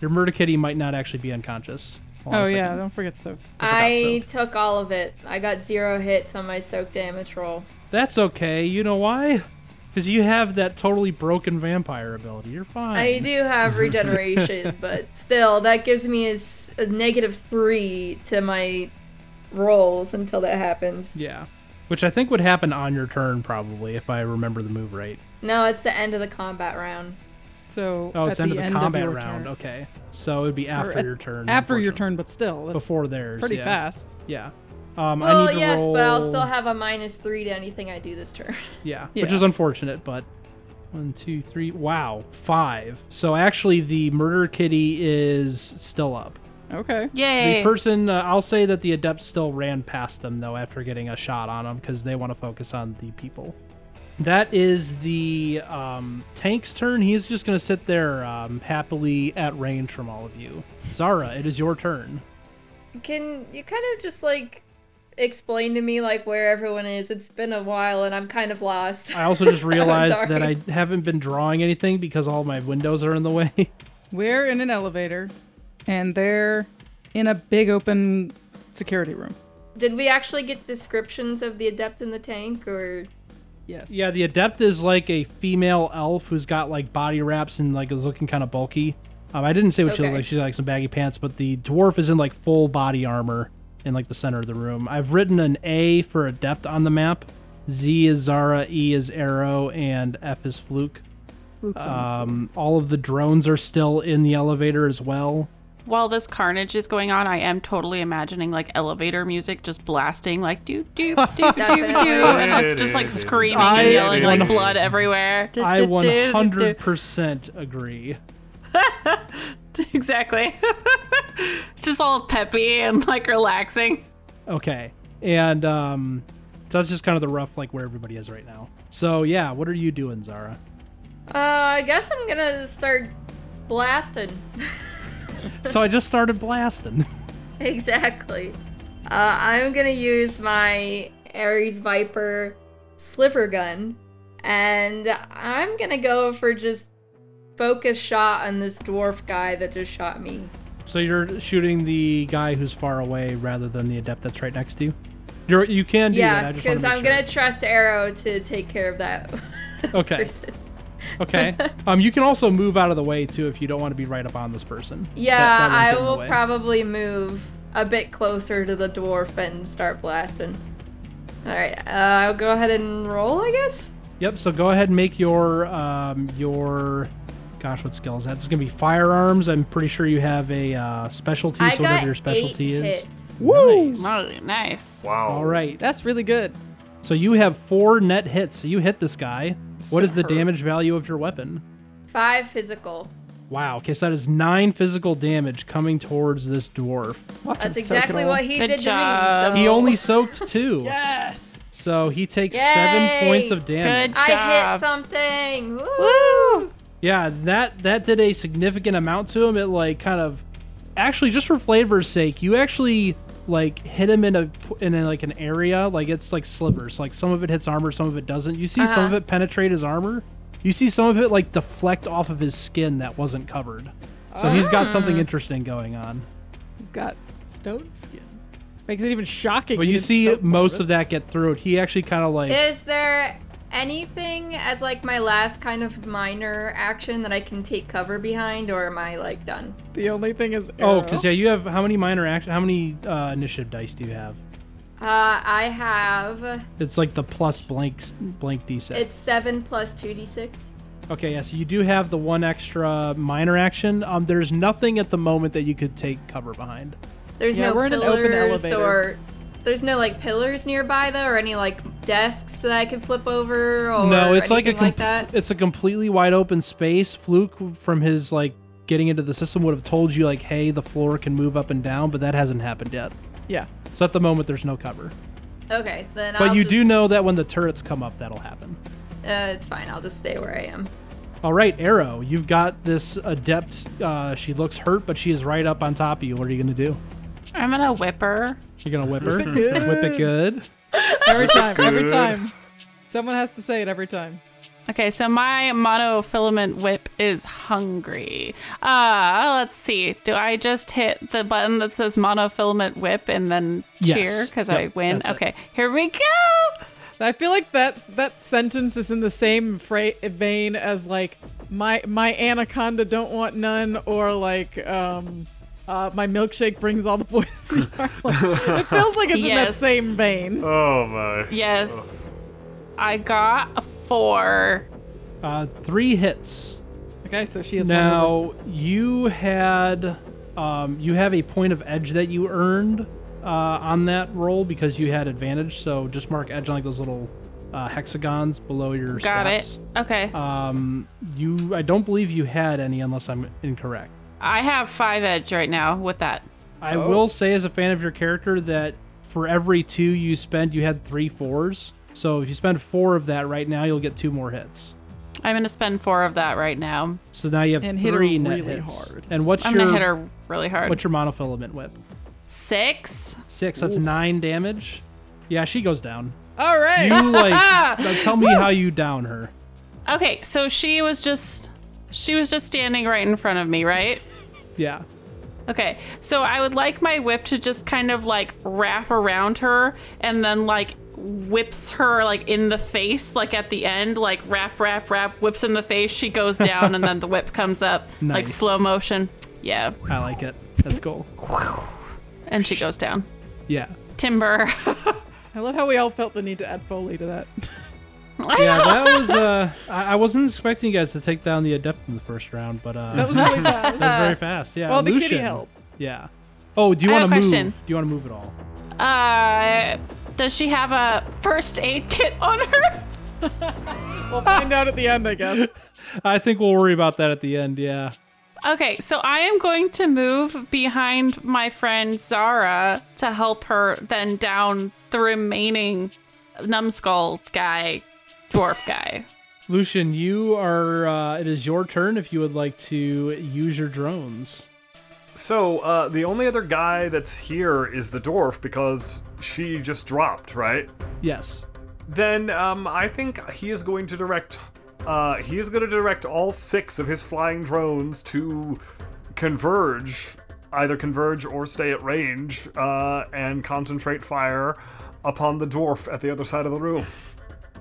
your murder kitty might not actually be unconscious. Hold on Oh a second. yeah, don't forget to. I took all of it. I got zero hits on my soak damage roll. that's okay. You know why? Because you have that totally broken vampire ability. You're fine. I do have regeneration, but still, that gives me a, s- a negative three to my rolls until that happens. Yeah, which I think would happen on your turn probably if I remember the move right. No, it's the end of the combat round. So Oh, it's at end the of the end combat your round. turn- Okay, so it would be after at- your turn. After your unfortunately. turn, but still, that's Before theirs. pretty yeah. fast. Yeah. Um, I Well, need to yes, but I'll roll- still have a minus three to anything I do this turn. Yeah, which Yeah. is unfortunate, but one, two, three. Wow, five. So actually, the murder kitty is still up. Okay. Yay. The person, uh, I'll say that the adept still ran past them though after getting a shot on them because they want to focus on the people. That is the um, tank's turn. He's just going to sit there um, happily at range from all of you. Zara, it is your turn. Can you kind of just like explain to me like where everyone is? It's been a while and I'm kind of lost. I also just realized that I sorry. haven't been drawing anything because all my windows are in the way. We're in an elevator, and they're in a big open security room. Did we actually get descriptions of the adept in the tank or Yes. yeah, the adept is like a female elf who's got like body wraps and like is looking kind of bulky. Um, I didn't say what she looked Okay. like. She's got, like some baggy pants, but the dwarf is in like full body armor in like the center of the room. I've written an A for adept on the map. Z is Zara, E is Arrow, and F is Fluke. Um, all of the drones are still in the elevator as well. While this carnage is going on, I am totally imagining like elevator music just blasting like doo doo doo doo doo, Definitely. and that's just like screaming and yelling I- like blood everywhere. I 100% agree. exactly. it's just all peppy and like relaxing. Okay. And um so that's just kind of the rough like where everybody is right now. So yeah, what are you doing, Zara? Uh, I guess I'm gonna start blasting. So I just started blasting. exactly. Uh, I'm gonna use my Ares Viper sliver gun, and I'm gonna go for just focus shot on this dwarf guy that just shot me. so you're shooting the guy who's far away rather than the adept that's right next to you. You're you can do that. yeah, I just want because to make I'm gonna trust Arrow to take care of that. Okay. person. Okay. um you can also move out of the way too if you don't want to be right up on this person. That- Yeah, that won't get I in the will way. probably move a bit closer to the dwarf and start blasting. All right, uh, I'll go ahead and roll, I guess. Yep, so go ahead and make your um your gosh, what skill is that? It's gonna be firearms. I'm pretty sure you have a uh, specialty, I so got whatever your specialty eight is. hits. Woo! Molly, Oh, Nice. Wow. All right. That's really good. So you have four net hits. So you hit this guy. What is the Sir. damage value of your weapon? Five physical. Wow. Okay, so that is nine physical damage coming towards this dwarf. Watch him soak That's it exactly all. what he Good did job. to me. So. He only soaked two. Yes. So he takes seven Oh. Yay! points of damage. Good I job. hit something. Woo! Yeah, that that did a significant amount to him. It like kind of actually just for flavor's sake, you actually like hit him in a in a, like an area like it's like slivers. Like some of it hits armor, some of it doesn't. You see some of Uh-huh. it penetrate his armor. You see some of it like deflect off of his skin that wasn't covered. So he's got something interesting going on. He's got stone skin. Makes it even shocking. But he you didn't see soak most it. of that get through. He actually kind of like Is there anything as like my last kind of minor action that I can take cover behind, or am I like done? The only thing is. oh, Arrow. because yeah, you have how many minor action? How many uh, initiative dice do you have? Uh, I have It's like the plus blank blank d set. it's seven plus two d six. Okay, yeah, so you do have the one extra minor action. Um, there's nothing at the moment that you could take cover behind. There's Yeah, no we're in an open pillars elevator. or there's no like pillars nearby though, or any like desks that I can flip over, or no, it's like a anything like com- that. it's a completely wide open space. Fluke from his like getting into the system would have told you like, hey, the floor can move up and down, but that hasn't happened yet. Yeah. So at the moment, there's no cover. Okay, then. But I'll you just, do know that when the turrets come up, that'll happen. Uh, it's fine. I'll just stay where I am. All right, Arrow, you've got this adept. Uh, she looks hurt, but she is right up on top of you. What are you gonna do? I'm gonna whip her. You're gonna whip her, whip it good. Every time. Every Good. time. Someone has to say it every time. Okay, so my monofilament whip is hungry. Uh, let's see. Do I just hit the button that says monofilament whip and then Yes. cheer because I Yep, win? that's it. Okay, here we go. I feel like that that sentence is in the same fra- vein as like my my anaconda don't want none or like um uh, my milkshake brings all the boys to the yard. Like, it feels like it's in that Yes. same vein. Oh my. Yes, I got a four. Uh, three hits. Okay, so she has one. Now you had um, you have a point of edge that you earned uh, on that roll because you had advantage. So just mark edge on like those little uh, hexagons below your Got stats. it. Okay, Um, you I don't believe you had any unless I'm incorrect. I have five edge right now with that. I Oh. will say, as a fan of your character, that for every two you spend, you had three fours. So if you spend four of that right now, you'll get two more hits. I'm gonna spend four of that right now. So now you have And hit her three net really hits. hard. And what's I'm your gonna hit her really hard. what's your monofilament whip? Six. Six. That's nine damage. Yeah, she goes down. All right. You like now tell me how you down her. Okay, so she was just she was just standing right in front of me, right? Yeah. Okay, so I would like my whip to just kind of like wrap around her and then like whips her like in the face, like at the end, like wrap, wrap, wrap, whips in the face. She goes down and then the whip comes up, like Nice. slow motion. Yeah, I like it. That's cool. and she goes down. Yeah. Timber. I love how we all felt the need to add Foley to that. Yeah, that was uh I, I wasn't expecting you guys to take down the adept in the first round, but uh That was really bad. That was very fast. Yeah. Well, the kitty Lucian. helped. Yeah. Oh, do you I want have to move? a question. Do you want to move at all? uh, does she have a first aid kit on her? We'll find out at the end, I guess. I think we'll worry about that at the end. Yeah. Okay, so I am going to move behind my friend Zara to help her then down the remaining numbskull guy, dwarf guy. Lucian, you are. Uh, it is your turn if you would like to use your drones. So uh, the only other guy that's here is the dwarf because she just dropped, right? Yes. Then um, I think he is going to direct. Uh, he is going to direct all six of his flying drones to converge, either converge or stay at range, uh, and concentrate fire upon the dwarf at the other side of the room.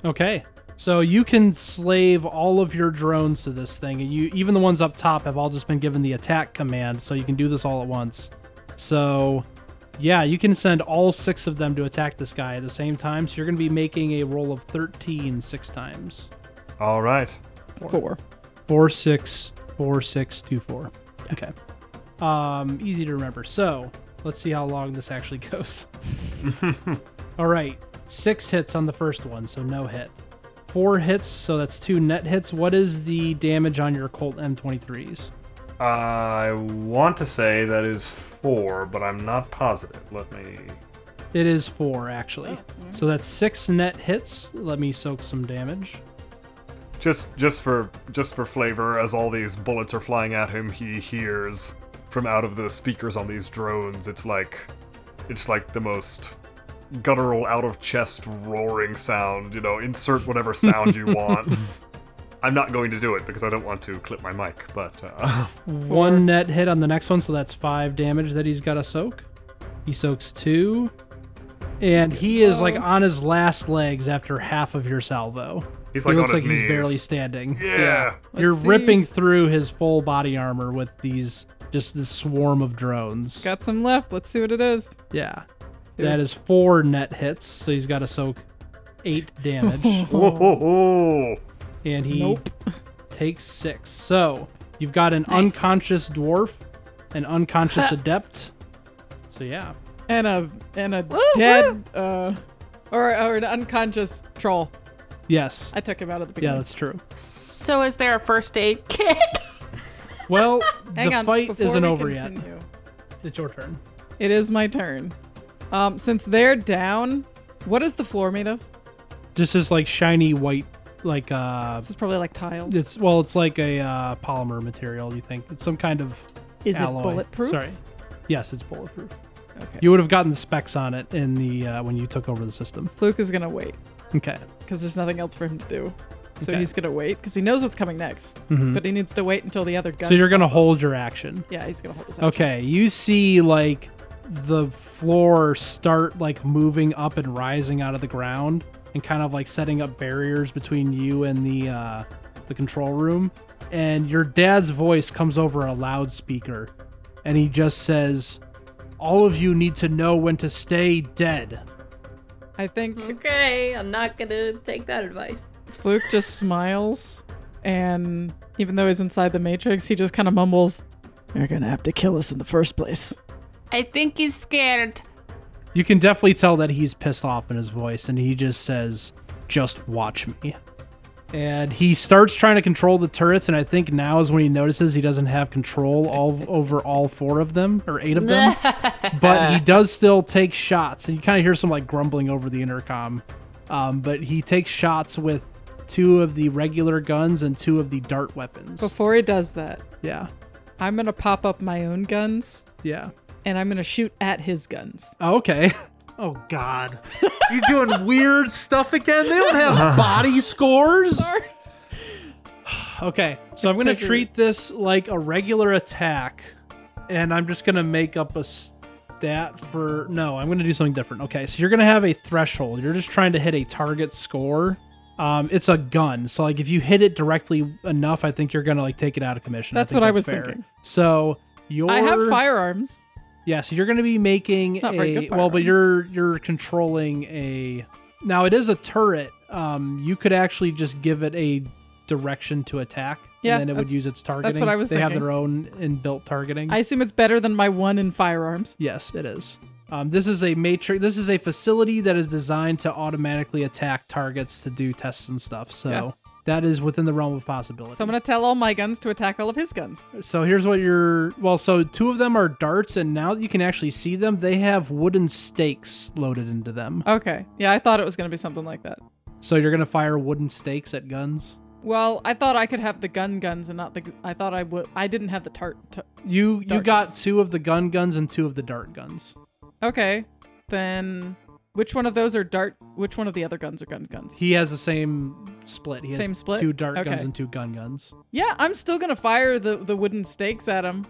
Okay. So you can slave all of your drones to this thing, and you even the ones up top have all just been given the attack command, so you can do this all at once. So, yeah, you can send all six of them to attack this guy at the same time. So you're going to be making a roll of 13 six times. All right. Four. four six four six two four. Okay. Um, easy to remember. So let's see how long this actually goes. All right, six hits on the first one, so no hit. Four hits, so that's two net hits. What is the damage on your Colt M23s? I want to say that is four, but I'm not positive. Let me. It is four actually. So that's six net hits. Let me soak some damage. Just, just for, just for flavor, as all these bullets are flying at him, he hears from out of the speakers on these drones. It's like, it's like the most guttural, out of chest roaring sound. You know, insert whatever sound you want. I'm not going to do it because I don't want to clip my mic. But uh, One net hit on the next one, so that's five damage that he's got to soak. He soaks two. And he is like on his last legs after half of your salvo. he's He like looks on like his he's knees. barely standing. yeah. You're Let's see. ripping through his full body armor with these just this swarm of drones. Got some left. Let's see what it is. yeah. Dude. That is four net hits, so he's got to soak eight damage. Whoa, whoa, whoa. and he Nope. takes six. So you've got an Nice. unconscious dwarf, an unconscious adept. So yeah, And a and a Woo, dead uh or or an unconscious troll. yes, I took him out at the yeah, beginning. that's true. So is there a first aid kit? Well, Hang the on, fight before isn't we over yet. continue. It's your turn. It is my turn. Um, since they're down, what is the floor made of? Just this like shiny white, like uh, This is probably like tile. it's well, it's like a uh, polymer material. You think it's some kind of Is alloy. it bulletproof? Sorry, yes, it's bulletproof. Okay. You would have gotten the specs on it in the uh, when you took over the system. Fluke is gonna wait Okay. because there's nothing else for him to do. So Okay. he's gonna wait because he knows what's coming next, Mhm. but he needs to wait until the other guns. So you're gonna hold your action. Yeah, he's gonna hold his. action. Okay, you see like the floor start like moving up and rising out of the ground and kind of like setting up barriers between you and the uh the control room and your dad's voice comes over a loudspeaker and he just says all of you need to know when to stay dead. I think Mm-hmm. Okay, I'm not gonna take that advice. Fluke just smiles, and even though he's inside the matrix, he just kind of mumbles, "You're gonna have to kill us in the first place." I think he's scared. You can definitely tell that he's pissed off in his voice and he just says just watch me. and he starts trying to control the turrets. And I think now is when he notices he doesn't have control all over all four of them or eight of them. but he does still take shots, and you kind of hear some like grumbling over the intercom. Um, but he takes shots with two of the regular guns and two of the dart weapons. Before he does that, Yeah, I'm gonna pop up my own guns yeah. and I'm gonna shoot at his guns. Oh, okay. Oh God, you're doing weird stuff again. They don't have body scores. Okay, so I'm gonna Figured. treat this like a regular attack, and I'm just gonna make up a stat for. No, I'm gonna do something different. Okay, so you're gonna have a threshold. You're just trying to hit a target score. Um, it's a gun, so like if you hit it directly enough, I think you're gonna like take it out of commission. That's think what I that's was fair. thinking. So your I have firearms. yeah, so you're going to be making Not very a good well, but firearms. you're you're controlling a now it is a turret. Um, you could actually just give it a direction to attack, Yeah, and then it would that's- use its targeting. what I was they have thinking. their own inbuilt targeting. I assume it's better than my one in firearms. yes, it is. Um, this is a matrix. This is a facility that is designed to automatically attack targets to do tests and stuff. So Yeah. that is within the realm of possibility. So I'm gonna tell all my guns to attack all of his guns. So here's what you're well, so two of them are darts, and now that you can actually see them, they have wooden stakes loaded into them. Okay. Yeah, I thought it was gonna be something like that. So you're gonna fire wooden stakes at guns. Well, I thought I could have the gun guns and not the. I thought I would. I didn't have the tart. tar- You you Dart got guns. two of the gun guns and two of the dart guns. okay, then which one of those are dart? Which one of the other guns are guns guns? He has the same split. He has Same split? two dart guns Okay. and two gun guns. Yeah, I'm still gonna fire the the wooden stakes at him,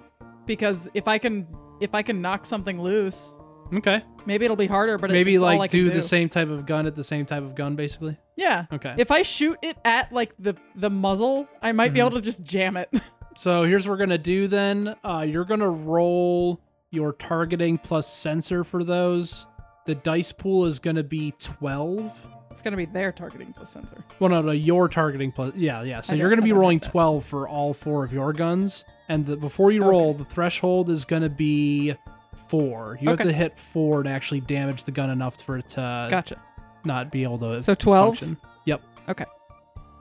because if I can if I can knock something loose, Okay. maybe it'll be harder. But it- Maybe it's all like I can do, do the same type of gun at the same type of gun, basically. Yeah. Okay. If I shoot it at like the the muzzle, I might be Mhm. able to just jam it. So here's what we're gonna do then. Uh, you're gonna roll your targeting plus sensor for those. The dice pool is gonna be twelve. it's gonna be their targeting plus sensor. Well, no, no, your targeting plus. Yeah, yeah. So I you're don't- going to I be don't have rolling that. 12 for all four of your guns. And the, before you roll, the threshold is going to be four. You have Okay. to hit four to actually damage the gun enough for it to Gotcha. not be able to So 12? function. Yep.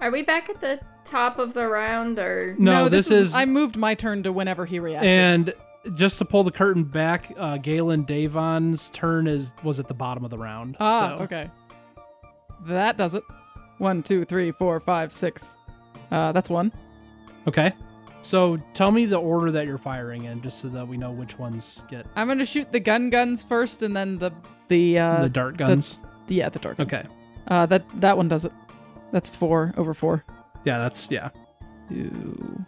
Are we back at the top of the round or No, this, is. I moved my turn to whenever he reacted. and just to pull the curtain back, uh, Galen Davon's turn is was at the bottom of the round. Ah, so. okay. That does it. One, two, three, four, five, six. Uh, that's one. Okay. So tell me the order that you're firing in, just so that we know which ones get I'm gonna shoot the gun guns first, and then the the uh the dart guns. the- yeah the dark. guns. okay. Uh, that that one does it. That's four over four. Yeah, that's yeah. Two.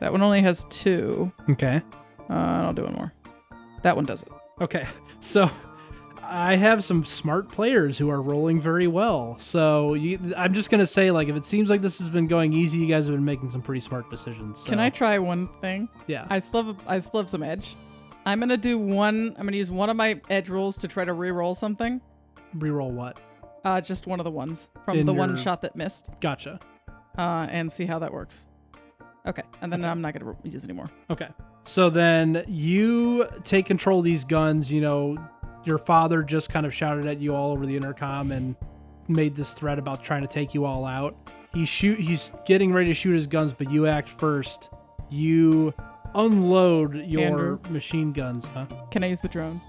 That one only has two. Okay. Uh, I'll do one more. That one does it. Okay, so I have some smart players who are rolling very well. So you, I'm just gonna say, like, if it seems like this has been going easy, you guys have been making some pretty smart decisions. so- Can I try one thing? Yeah. I still have, I still have some edge. I'm gonna do one. I'm gonna use one of my edge rolls to try to re-roll something. Reroll what? Uh, just one of the ones from In the your- one shot that missed, Gotcha. uh, and see how that works. Okay, and then I'm not gonna re- use anymore. Okay. So then you take control of these guns. You know, your father just kind of shouted at you all over the intercom and made this threat about trying to take you all out. He shoot. He's getting ready to shoot his guns, but you act first. You unload your Andrew? machine guns. Huh? Can I use the drone?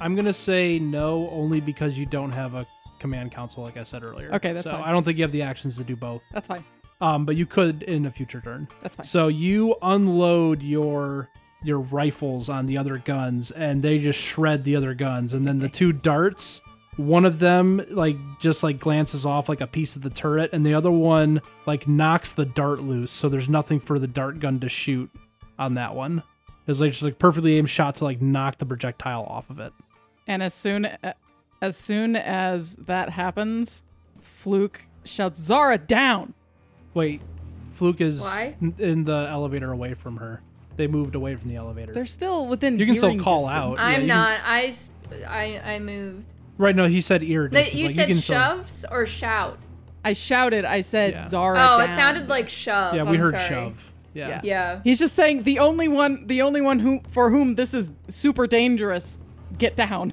I'm gonna say no, only because you don't have a command council, like I said earlier. Okay, that's so fine. I don't think you have the actions to do both. That's fine. Um, but you could in a future turn. That's fine. So you unload your your rifles on the other guns, and they just shred the other guns. And then the two darts, one of them like just like glances off like a piece of the turret, and the other one like knocks the dart loose. So there's nothing for the dart gun to shoot on that one. It's like just like perfectly aimed shot to like knock the projectile off of it. And as soon a- as soon as that happens, Fluke shouts Zara down. Wait, Fluke is Why? n- in the elevator away from her. They moved away from the elevator. They're still within. You can still hearing call distance. out. yeah, I'm you can- not. I s- I I moved. right, no, he said ear No, distance. you like, said you can still- shoves or shout. I shouted. I said Yeah. Zara. Oh, it down." sounded like shove. yeah, we I'm heard sorry. shove. Yeah. Yeah. Yeah. He's just saying the only one, the only one who for whom this is super dangerous. Get down.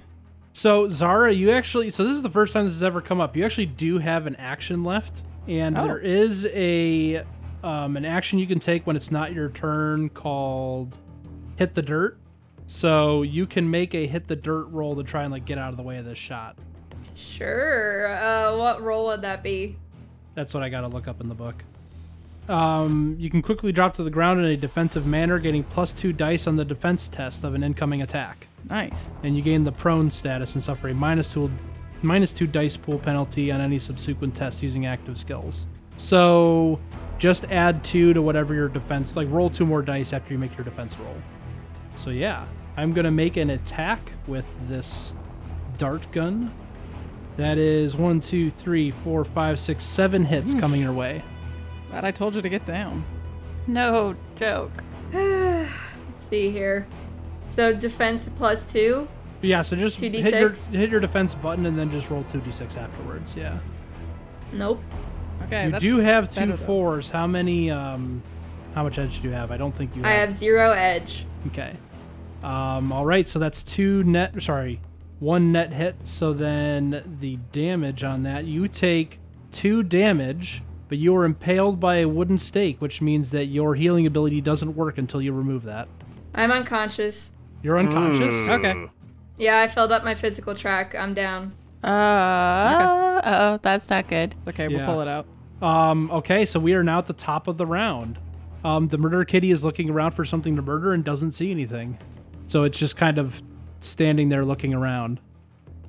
So Zara, you actually so this is the first time this has ever come up. You actually do have an action left. and Oh. there is a um, an action you can take when it's not your turn called hit the dirt. So you can make a hit the dirt roll to try and like get out of the way of this shot. Sure. Uh, what role would that be? That's what I got to look up in the book. Um, you can quickly drop to the ground in a defensive manner, getting plus two dice on the defense test of an incoming attack, Nice. and you gain the prone status and suffer a minus two minus two dice pool penalty on any subsequent test using active skills. So, just add two to whatever your defense. Like roll two more dice after you make your defense roll. So yeah, I'm gonna make an attack with this dart gun. That is one, two, three, four, five, six, seven hits coming your way. Glad I told you to get down. No joke. Let's see here. So defense plus two. But yeah, so just hit your 2d6? hit your defense button and then just roll two d six afterwards. Yeah, Nope. Okay. you that's do have better, two though. fours. How many? Um, how much edge do you have? I don't think you. Have. I have zero edge. Okay. Um, all right, so that's two net. Sorry, one net hit. So then the damage on that, you take two damage, but you are impaled by a wooden stake, which means that your healing ability doesn't work until you remove that. I'm unconscious. You're unconscious. Ooh. Okay. Yeah, I filled up my physical track. I'm down. Uh oh, that's not good. It's okay. We'll Yeah. pull it out. Um, okay, so we are now at the top of the round. Um, the murder kitty is looking around for something to murder and doesn't see anything. So it's just kind of standing there looking around.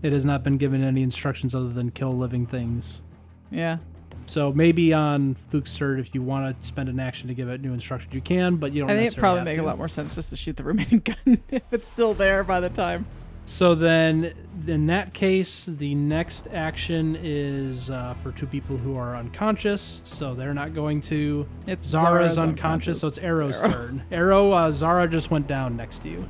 It has not been given any instructions other than kill living things. Yeah. So maybe on Fluke's turn, if you want to spend an action to give it new instructions, you can, but you don't. I think it necessarily probably have make to. a lot more sense just to shoot the remaining gun if it's still there by the time. So then, in that case, the next action is uh, for two people who are unconscious, so they're not going to. It's Zara's, Zara's unconscious, unconscious. so it's Arrow's It's Arrow. turn. Arrow, uh, Zara just went down next to you.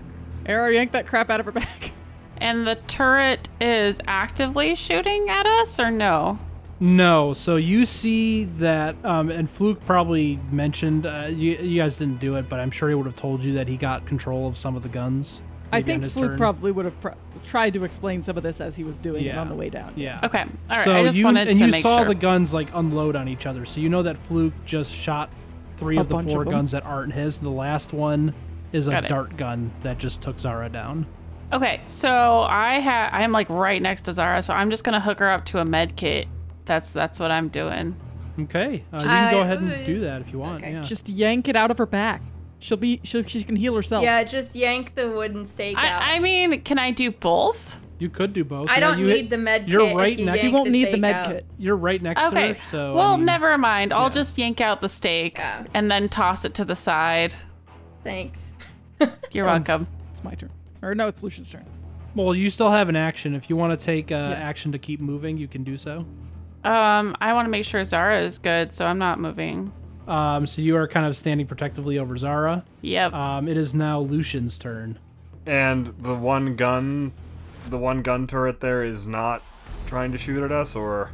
Arrow, yank that crap out of her back. And the turret is actively shooting at us or no? No, so you see that, um, and Fluke probably mentioned uh, you, you guys didn't do it, but I'm sure he would have told you that he got control of some of the guns. maybe I on think his Fluke turn. probably would have pro- tried to explain some of this as he was doing it Yeah. on the way down. Yeah. Okay. All right. so I just you wanted and to you make saw sure. the guns like unload on each other, so you know that Fluke just shot three A of the bunch four of 'em. guns that aren't his. The last one is a Got it. dart gun that just took Zara down. okay, so I ha- I'm like right next to Zara, so I'm just gonna hook her up to a med kit. That's that's what I'm doing. Okay, uh, you can go I- ahead and do that if you want. Okay. Yeah. Just yank it out of her back. She'll be. She'll, she can heal Oh. herself. Yeah, just yank the wooden stake out. I, I mean, can I do both? you could do both. I Yeah, don't you need the med you're kit. if right you next- yank She won't need the stake med out. kit. You're right next to Okay. her, so I well, mean, never mind. I'll yeah. just yank out the stake Yeah. and then toss it to the side. Thanks. You're Um, welcome. It's my turn. Or no, it's Lucian's turn. Well, you still have an action. If you want to take uh, action to keep moving, you can do so. Um, I want to make sure Zara is good, so I'm not moving. Um, so you are kind of standing protectively over Zara. Yep. Um, it is now Lucian's turn. And the one gun, the one gun turret there is not trying to shoot at us, or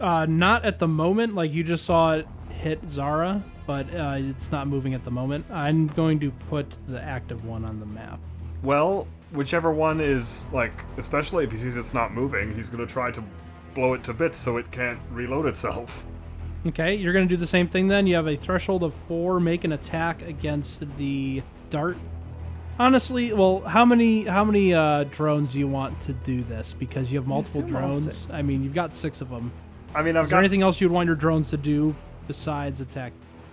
Uh, not at the moment. Like you just saw it hit Zara, but uh, it's not moving at the moment. I'm going to put the active one on the map. well, whichever one is like, especially if he sees it's not moving, he's gonna try to blow it to bits so it can't reload itself. Okay, you're going to do the same thing then. You have a threshold of four. Make an attack against the dart. Honestly, well, how many how many uh, drones do you want to do this? Because you have multiple assume all drones. six. I mean, you've got six of them. I mean, I've Is got there anything else you'd want your drones to do besides attack?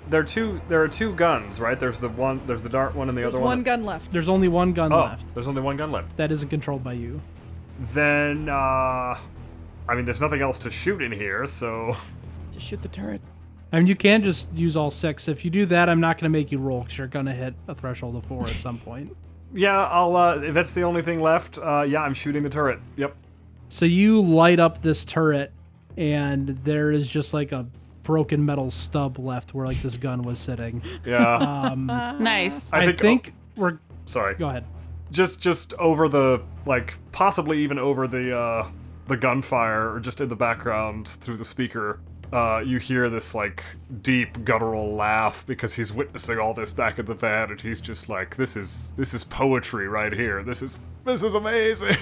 there are two there are two guns, right? There's the one there's the dart one and the There's other one one. gun left. There's only one gun oh, left there's only one gun left. that isn't controlled by you. Then uh I mean there's nothing else to shoot in here, so Just shoot the turret. I mean, you can just use all six. If you do that, I'm not going to make you roll because you're going to hit a threshold of four at some point. yeah, I'll uh if that's the only thing left, uh yeah, I'm shooting the turret. Yep. So you light up this turret, and there is just like a broken metal stub left where like this gun was sitting. Yeah. Um, I, nice. I think, uh, think- we're. Sorry. Go ahead. Just just over the like possibly even over the uh the gunfire or just in the background through the speaker. Uh, you hear this like deep guttural laugh because he's witnessing all this back in the van and he's just like this is this is poetry right here this is this is amazing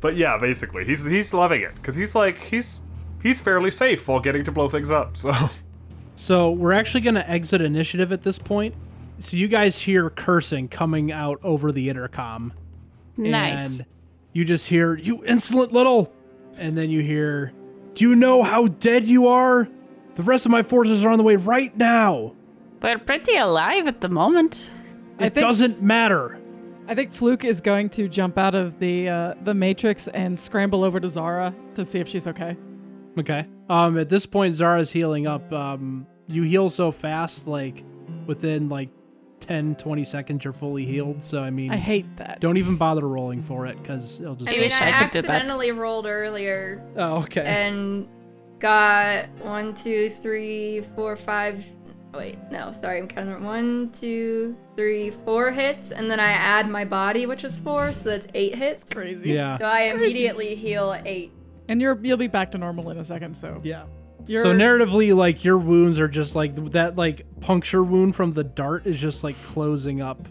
but yeah basically he's he's loving it because he's like he's he's fairly safe while getting to blow things up. So So we're actually going to exit initiative at this point. So you guys hear cursing coming out over the intercom. Nice. And you just hear, you insolent little. And then you hear, do you know how dead you are? The rest of my forces are on the way right now. We're pretty alive at the moment. I It think- doesn't matter. I think Fluke is going to jump out of the uh, the Matrix and scramble over to Zara to see if she's okay. Okay. Um, at this point, Zara's healing up. Um, you heal so fast, like within like 10, 20 seconds, you're fully healed. So, I mean, I hate that. Mm. don't even bother rolling for it because it'll just. I mean, wish I, I could do that. accidentally rolled earlier Oh, Uh, okay. and got one, two, three, four, five. Wait, no, sorry, I'm counting. wrong. One, two, three, four hits, and then I add my body, which is four, so that's eight hits. crazy. Yeah. So I immediately heal eight. And you're you'll be back to normal in a second. So Yeah. you're So narratively, like your wounds are just like that, like puncture wound from the dart is just like closing up,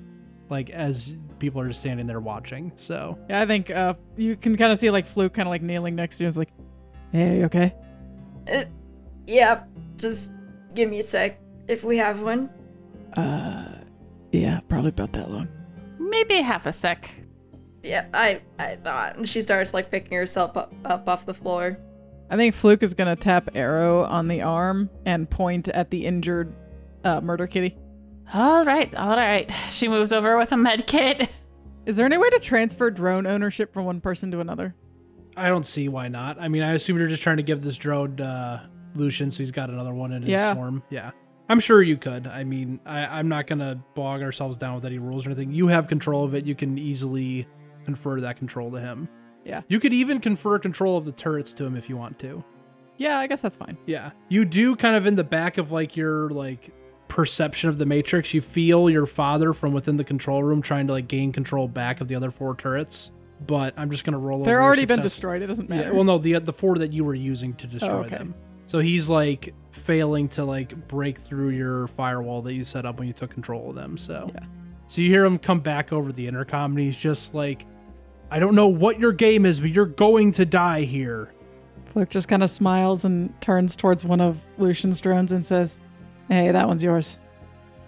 like as people are just standing there watching. So yeah, I think uh, you can kind of see like Fluke kind of like kneeling next to you. Is like, hey, are you okay? Uh, Yep, just give me a sec if we have one. Uh, yeah, probably about that long. Maybe half a sec. Yeah, I, I thought. And she starts like picking herself up, up off the floor. I think Fluke is gonna tap Arrow on the arm and point at the injured uh, murder kitty. All right, all right. She moves over with a med kit. Is there any way to transfer drone ownership from one person to another? I don't see why not. I mean, I assume you're just trying to give this drone uh, Lucian, so he's got another one in his Yeah. swarm. Yeah. I'm sure you could. I mean, I, I'm not gonna bog ourselves down with any rules or anything. You have control of it. You can easily confer that control to him. Yeah. You could even confer control of the turrets to him if you want to. Yeah, I guess that's fine. Yeah. You do kind of in the back of like your like perception of the matrix, you feel your father from within the control room trying to like gain control back of the other four turrets. But I'm just gonna roll over They're already been success- destroyed. It doesn't Yeah, matter. well no, the the four that you were using to destroy okay. them. So he's like failing to like break through your firewall that you set up when you took control of them. So Yeah. So you hear him come back over the intercom and he's just like I don't know what your game is, but you're going to die here. Fluke just kind of smiles and turns towards one of Lucian's drones and says, "Hey, that one's yours."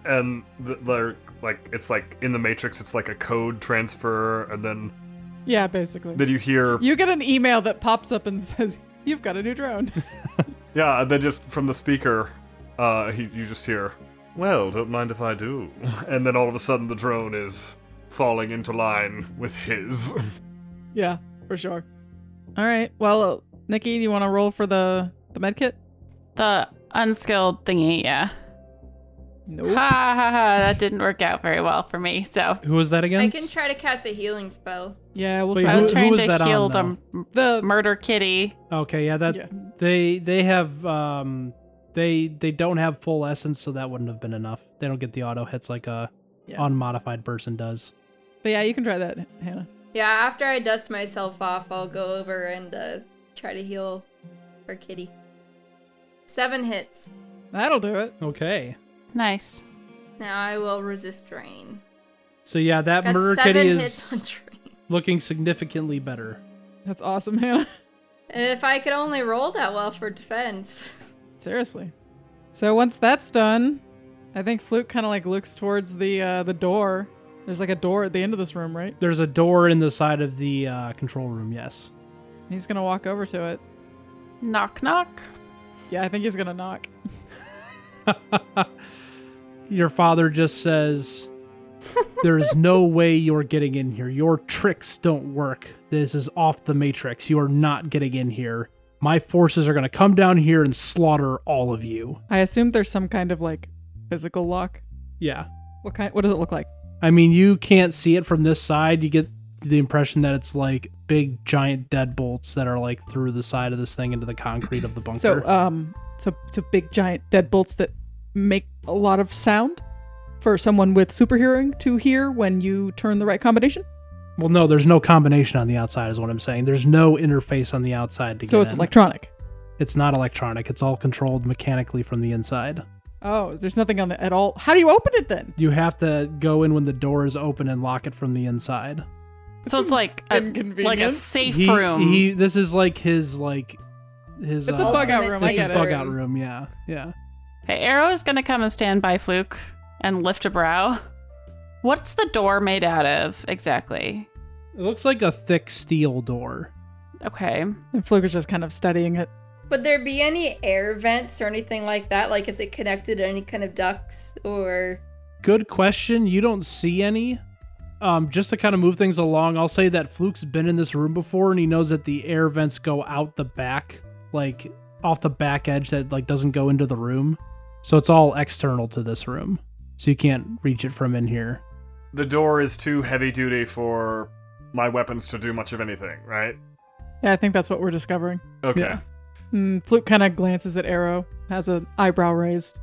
and th- they're like it's like in the Matrix, it's like a code transfer, and then Yeah, basically. then you hear you get an email that pops up and says, "You've got a new drone." yeah, and then just from the speaker, uh, he, you just hear well, don't mind if I do, and then all of a sudden the drone is falling into line with his. yeah, for sure. All right. Well, Nikki, you want to roll for the the med kit? The unskilled thingy, yeah. Nope. Ha ha ha, that didn't work out very well for me, so. Who was that again? I can try to cast a healing spell. Yeah, we'll Wait, try. I was who trying was to that on, heal though? the m- the murder kitty. Okay, yeah, that Yeah. they they have um they they don't have full essence, so that wouldn't have been enough. They don't get the auto hits like a Yeah. unmodified person does. but yeah, you can try that, Hannah. Yeah, after I dust myself off, I'll go over and uh, try to heal for Kitty. Seven hits. That'll do it. Okay, Nice. Now I will resist drain. so yeah, that Got murder seven kitty hits on is drain. looking significantly better. That's awesome, Hannah. If I could only roll that well for defense. Seriously. So once that's done, I think Fluke kind of like looks towards the uh, the door. There's like a door at the end of this room, right? There's a door in the side of the uh, control room. Yes. He's gonna walk over to it. Knock knock. Yeah, I think he's gonna knock. your father just says, There's no way you're getting in here. Your tricks don't work. This is off the matrix. You are not getting in here. My forces are going to come down here and slaughter all of you. I assume there's some kind of like physical lock. Yeah. What kind? What does it look like? I mean, you can't see it from this side. You get the impression that it's like big, giant deadbolts that are like through the side of this thing into the concrete of the bunker. So um, so so big giant deadbolts that make a lot of sound for someone with super hearing to hear when you turn the right combination. well, no, there's no combination on the outside, is what I'm saying. There's no interface on the outside to So get it's in. electronic. It's not electronic. It's all controlled mechanically from the inside. Oh, there's nothing on it at all. How do you open it then? You have to go in when the door is open and lock it from the inside. So it's like a, like a inconvenient. safe he, room. he- this is like his like his It's uh, a bug out Ultimate room. I it's secret his get bug it. out room. Yeah, yeah. Hey, Arrow is gonna come and stand by Fluke and lift a brow. What's the door made out of exactly? It looks like a thick steel door. Okay. And Fluke is just kind of studying it. Would there be any air vents or anything like that? Like, is it connected to any kind of ducts or? Good question. You don't see any. Um, just to kind of move things along, I'll say that Fluke's been in this room before, and he knows that the air vents go out the back, like off the back edge that like doesn't go into the room. So it's all external to this room, so you can't reach it from in here. The door is too heavy duty for my weapons to do much of anything, right? Yeah, I think that's what we're discovering. Okay. Yeah. Mm, Fluke kind of glances at Arrow, has an eyebrow raised.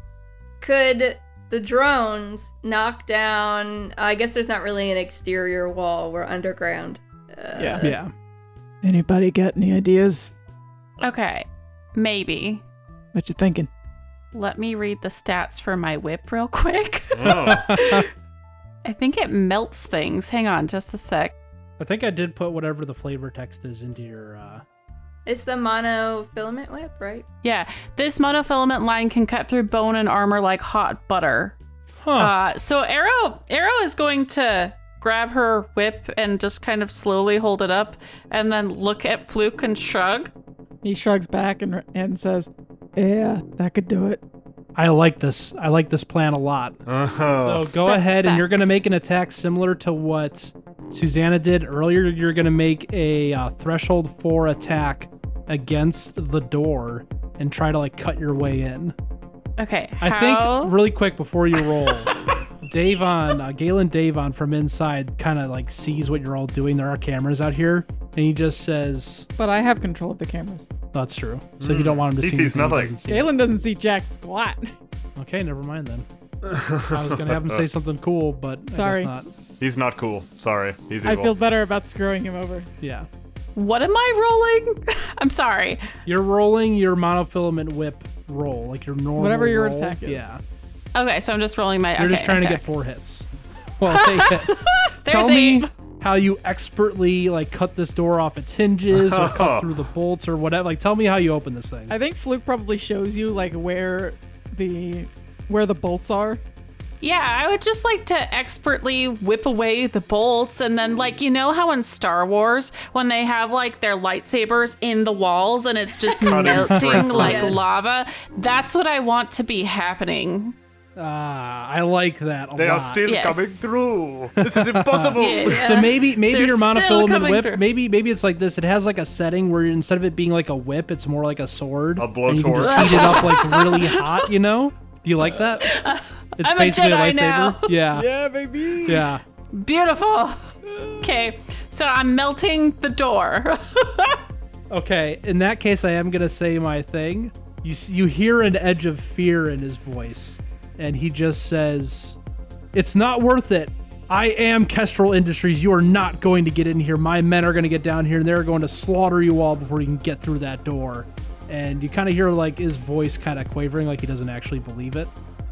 Could the drones knock down? I guess there's not really an exterior wall. We're underground. Uh, Yeah. Yeah. Anybody got any ideas? Okay. Maybe. What you thinking? Let me read the stats for my whip real quick. Oh. I think it melts things. Hang on just a sec. I think I did put whatever the flavor text is into your. Uh... It's the monofilament whip, right? Yeah, this monofilament line can cut through bone and armor like hot butter. Huh. Uh, so Arrow Arrow is going to grab her whip and just kind of slowly hold it up and then look at Fluke and shrug. He shrugs back and and says, "Yeah, that could do it." I like this. I like this plan a lot. Uh-huh. So go Step ahead and you're back. going to make an attack similar to what Susanna did earlier. You're going to make a uh, threshold four attack against the door and try to like cut your way in. Okay, I how- think really quick before you roll, Davon, uh, Galen Davon from inside kind of like sees what you're all doing. There are cameras out here. And he just says, But I have control of the cameras. that's true. So if you don't want him to He see sees anything, nothing. doesn't see it. Galen doesn't see jack squat. Okay, never mind then. I was going to have him say something cool, but Sorry. I guess not. Uh-huh. He's not cool. Sorry. He's I evil. feel better about screwing him over. Yeah. what am I rolling? I'm sorry. You're rolling your monofilament whip roll, like your normal. Whatever your roll. attack is. Yeah, Okay, so I'm just rolling my. you're just okay, trying to get attack. four hits. Well, eight hits. Tell There's me eight. how you expertly like cut this door off its hinges, or cut through the bolts, or whatever. Like, tell me how you open this thing. I think Fluke probably shows you like where the where the bolts are. Yeah, I would just like to expertly whip away the bolts and then like you know how in Star Wars when they have like their lightsabers in the walls and it's just melting through. like Yes. lava. That's what I want to be happening. Ah, I like that a they lot. are still Yes. coming through. This is impossible. Yeah. so maybe maybe They're your still monofilament coming whip through. maybe maybe it's like this. It has like a setting where instead of it being like a whip, it's more like a sword. A and you can just blowtorch. heat it up like really hot. You know? Do you like that? It's I'm a basically Jedi lightsaber. now. Yeah. Yeah, baby. Yeah. Beautiful. Okay, so I'm melting the door. Okay, in that case, I am gonna say my thing. You s- you hear an edge of fear in his voice, and he just says, "It's not worth it. I am Kestrel Industries. You are not going to get in here. My men are gonna get down here, and they're going to slaughter you all before you can get through that door." And you kind of hear like his voice kind of quavering, like he doesn't actually believe it.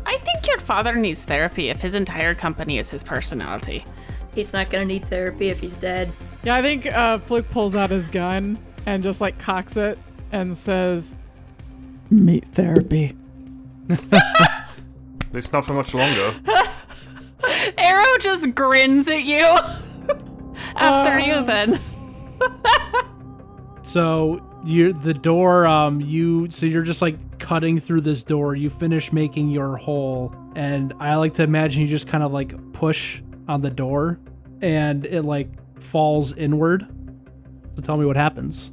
I think your father needs therapy if his entire company is his personality. He's not gonna need therapy if he's dead. Yeah, I think uh, Fluke pulls out his gun and just like cocks it and says, "Meet therapy." At least not for much longer. Arrow just grins at you. After you, then. So you the door um you so you're just like cutting through this door. You finish making your hole and I like to imagine you just kind of like push on the door and it like falls inward. So tell me what happens.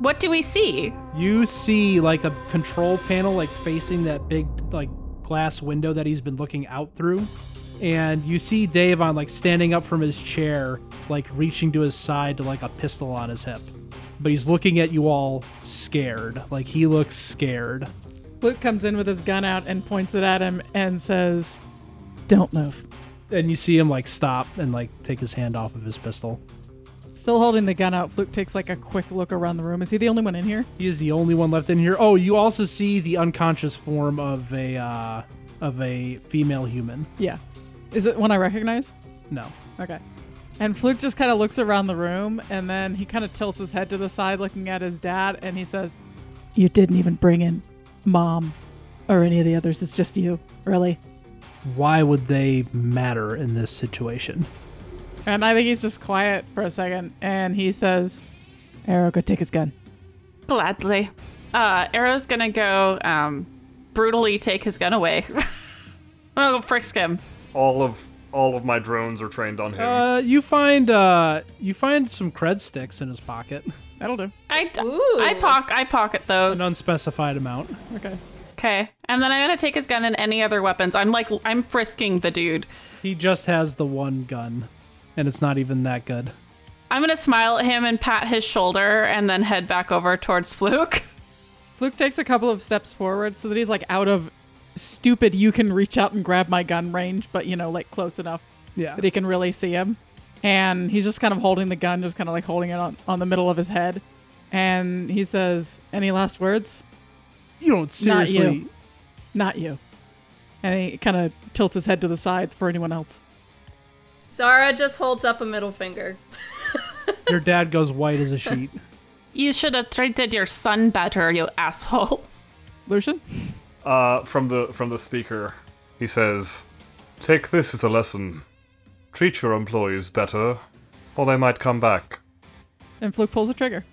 What do we see? You see like a control panel like facing that big like glass window that he's been looking out through. And you see Dave on like standing up from his chair, like reaching to his side to like a pistol on his hip. But he's looking at you all scared. Like he looks scared. Fluke comes in with his gun out and points it at him and says, "Don't move." And you see him like stop and like take his hand off of his pistol. Still holding the gun out, Fluke takes like a quick look around the room. Is he the only one in here? He is the only one left in here. Oh, you also see the unconscious form of a uh of a female human. Yeah. Is it one I recognize? No. Okay. And Fluke just kind of looks around the room and then he kind of tilts his head to the side looking at his dad and he says, You didn't even bring in mom or any of the others. It's just you, really. Why would they matter in this situation? And I think he's just quiet for a second, and he says, "Arrow, go take his gun." Gladly. Uh, Arrow's gonna go um, brutally take his gun away. Oh, I'm gonna go frisk him. All of all of my drones are trained on him. Uh, you find uh, you find some cred sticks in his pocket, That'll do. I, Ooh. I, pock, I pocket those. an unspecified amount. Okay. Okay. And then I'm gonna take his gun and any other weapons. I'm like I'm frisking the dude. He just has the one gun, and it's not even that good. I'm gonna smile at him and pat his shoulder and then head back over towards Fluke. Fluke takes a couple of steps forward so that he's like out of stupid. You can reach out and grab my gun range, but you know, like close enough Yeah. that he can really see him. And he's just kind of holding the gun, just kind of like holding it on, on the middle of his head. And he says, Any last words? You don't Not seriously. you. Not you. And he kind of tilts his head to the sides for anyone else. Zara just holds up a middle finger. Your dad goes white as a sheet. You should have treated your son better, you asshole. Lucian? Uh, from the from the speaker, he says, "Take this as a lesson. Treat your employees better, or they might come back." And Fluke pulls the trigger.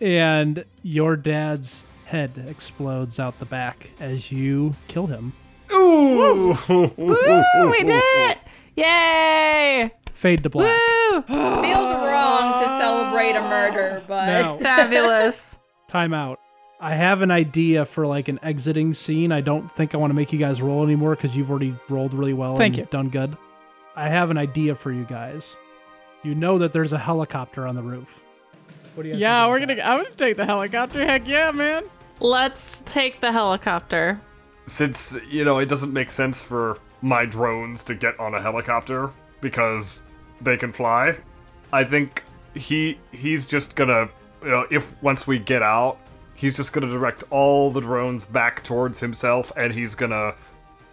and your dad's head explodes out the back as you kill him. Ooh! Woo! We did it! Yay! Fade to black. Woo! Feels wrong to celebrate a murder, but Now, Fabulous. time out. I have an idea for like an exiting scene. I don't think I want to make you guys roll anymore because you've already rolled really well Thank and you. done good. I have an idea for you guys. You know that there's a helicopter on the roof. What do you guys yeah, think we're about going to. I'm going to take the helicopter. Heck yeah, man. Let's take the helicopter. Since you know it doesn't make sense for my drones to get on a helicopter because they can fly, I think he he's just gonna you know if once we get out, he's just gonna direct all the drones back towards himself, and he's gonna.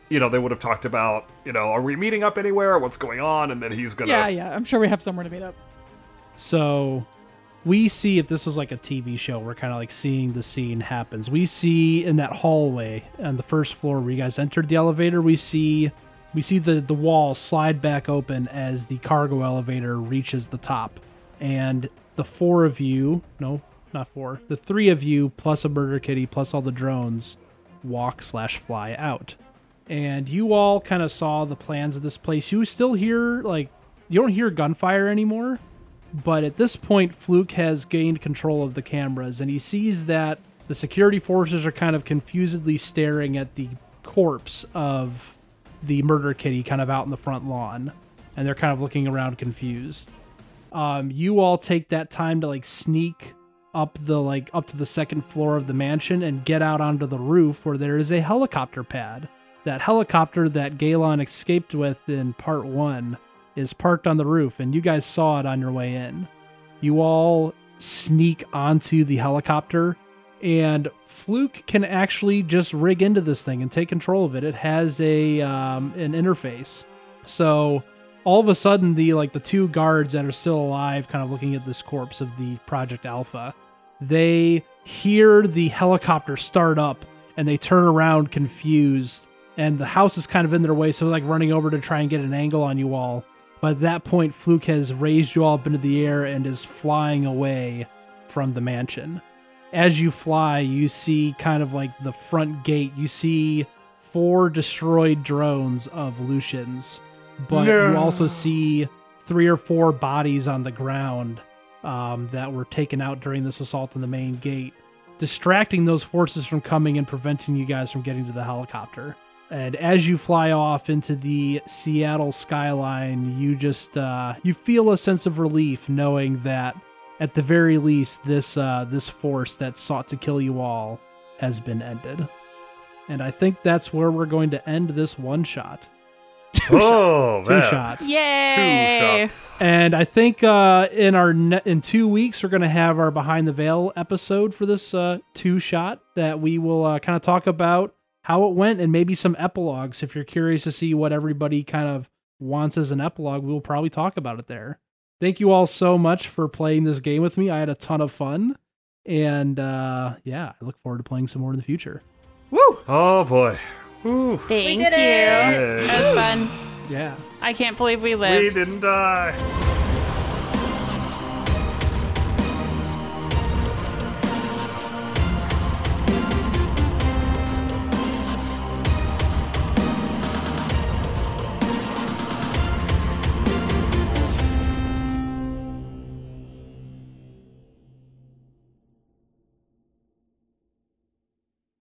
You know, they would have talked about, you know, are we meeting up anywhere? What's going on? And then he's gonna Yeah, yeah. I'm sure we have somewhere to meet up. So we see if this is like a TV show, we're kind of like seeing the scene happens. We see in that hallway on the first floor where you guys entered the elevator, we see we see the the wall slide back open as the cargo elevator reaches the top. And the four of you, no, not four, the three of you plus a murder kitty plus all the drones walk slash fly out. And you all kind of saw the plans of this place. You still hear like you don't hear gunfire anymore, but at this point, Fluke has gained control of the cameras and he sees that the security forces are kind of confusedly staring at the corpse of the murder kitty kind of out in the front lawn. And they're kind of looking around confused. Um, you all take that time to like sneak up the like up to the second floor of the mansion and get out onto the roof where there is a helicopter pad. That helicopter that Galon escaped with in part one is parked on the roof, and you guys saw it on your way in. You all sneak onto the helicopter, and Fluke can actually just rig into this thing and take control of it. It has a um, an interface, so all of a sudden the like the two guards that are still alive, kind of looking at this corpse of the Project Alpha, they hear the helicopter start up, and they turn around confused. And the house is kind of in their way, so they're like running over to try and get an angle on you all. But at that point, Fluke has raised you all up into the air and is flying away from the mansion. As you fly, you see kind of like the front gate. You see four destroyed drones of Lucian's, but you No. also see three or four bodies on the ground um, that were taken out during this assault on the main gate, distracting those forces from coming and preventing you guys from getting to the helicopter. And as you fly off into the Seattle skyline, you just uh, you feel a sense of relief knowing that at the very least this uh, this force that sought to kill you all has been ended. And I think that's where we're going to end this one shot, Oh, two man. shot. Yay! Two shots. And I think uh, in our ne- in two weeks we're going to have our behind the veil episode for this uh, two shot that we will uh, kind of talk about how it went and maybe some epilogues. If you're curious to see what everybody kind of wants as an epilogue, we'll probably talk about it there. Thank you all so much for playing this game with me. I had a ton of fun, And uh, yeah, I look forward to playing some more in the future. Woo! Oh boy. Whew. Thank did you. it. That was fun. Yeah. I can't believe we lived. We didn't die.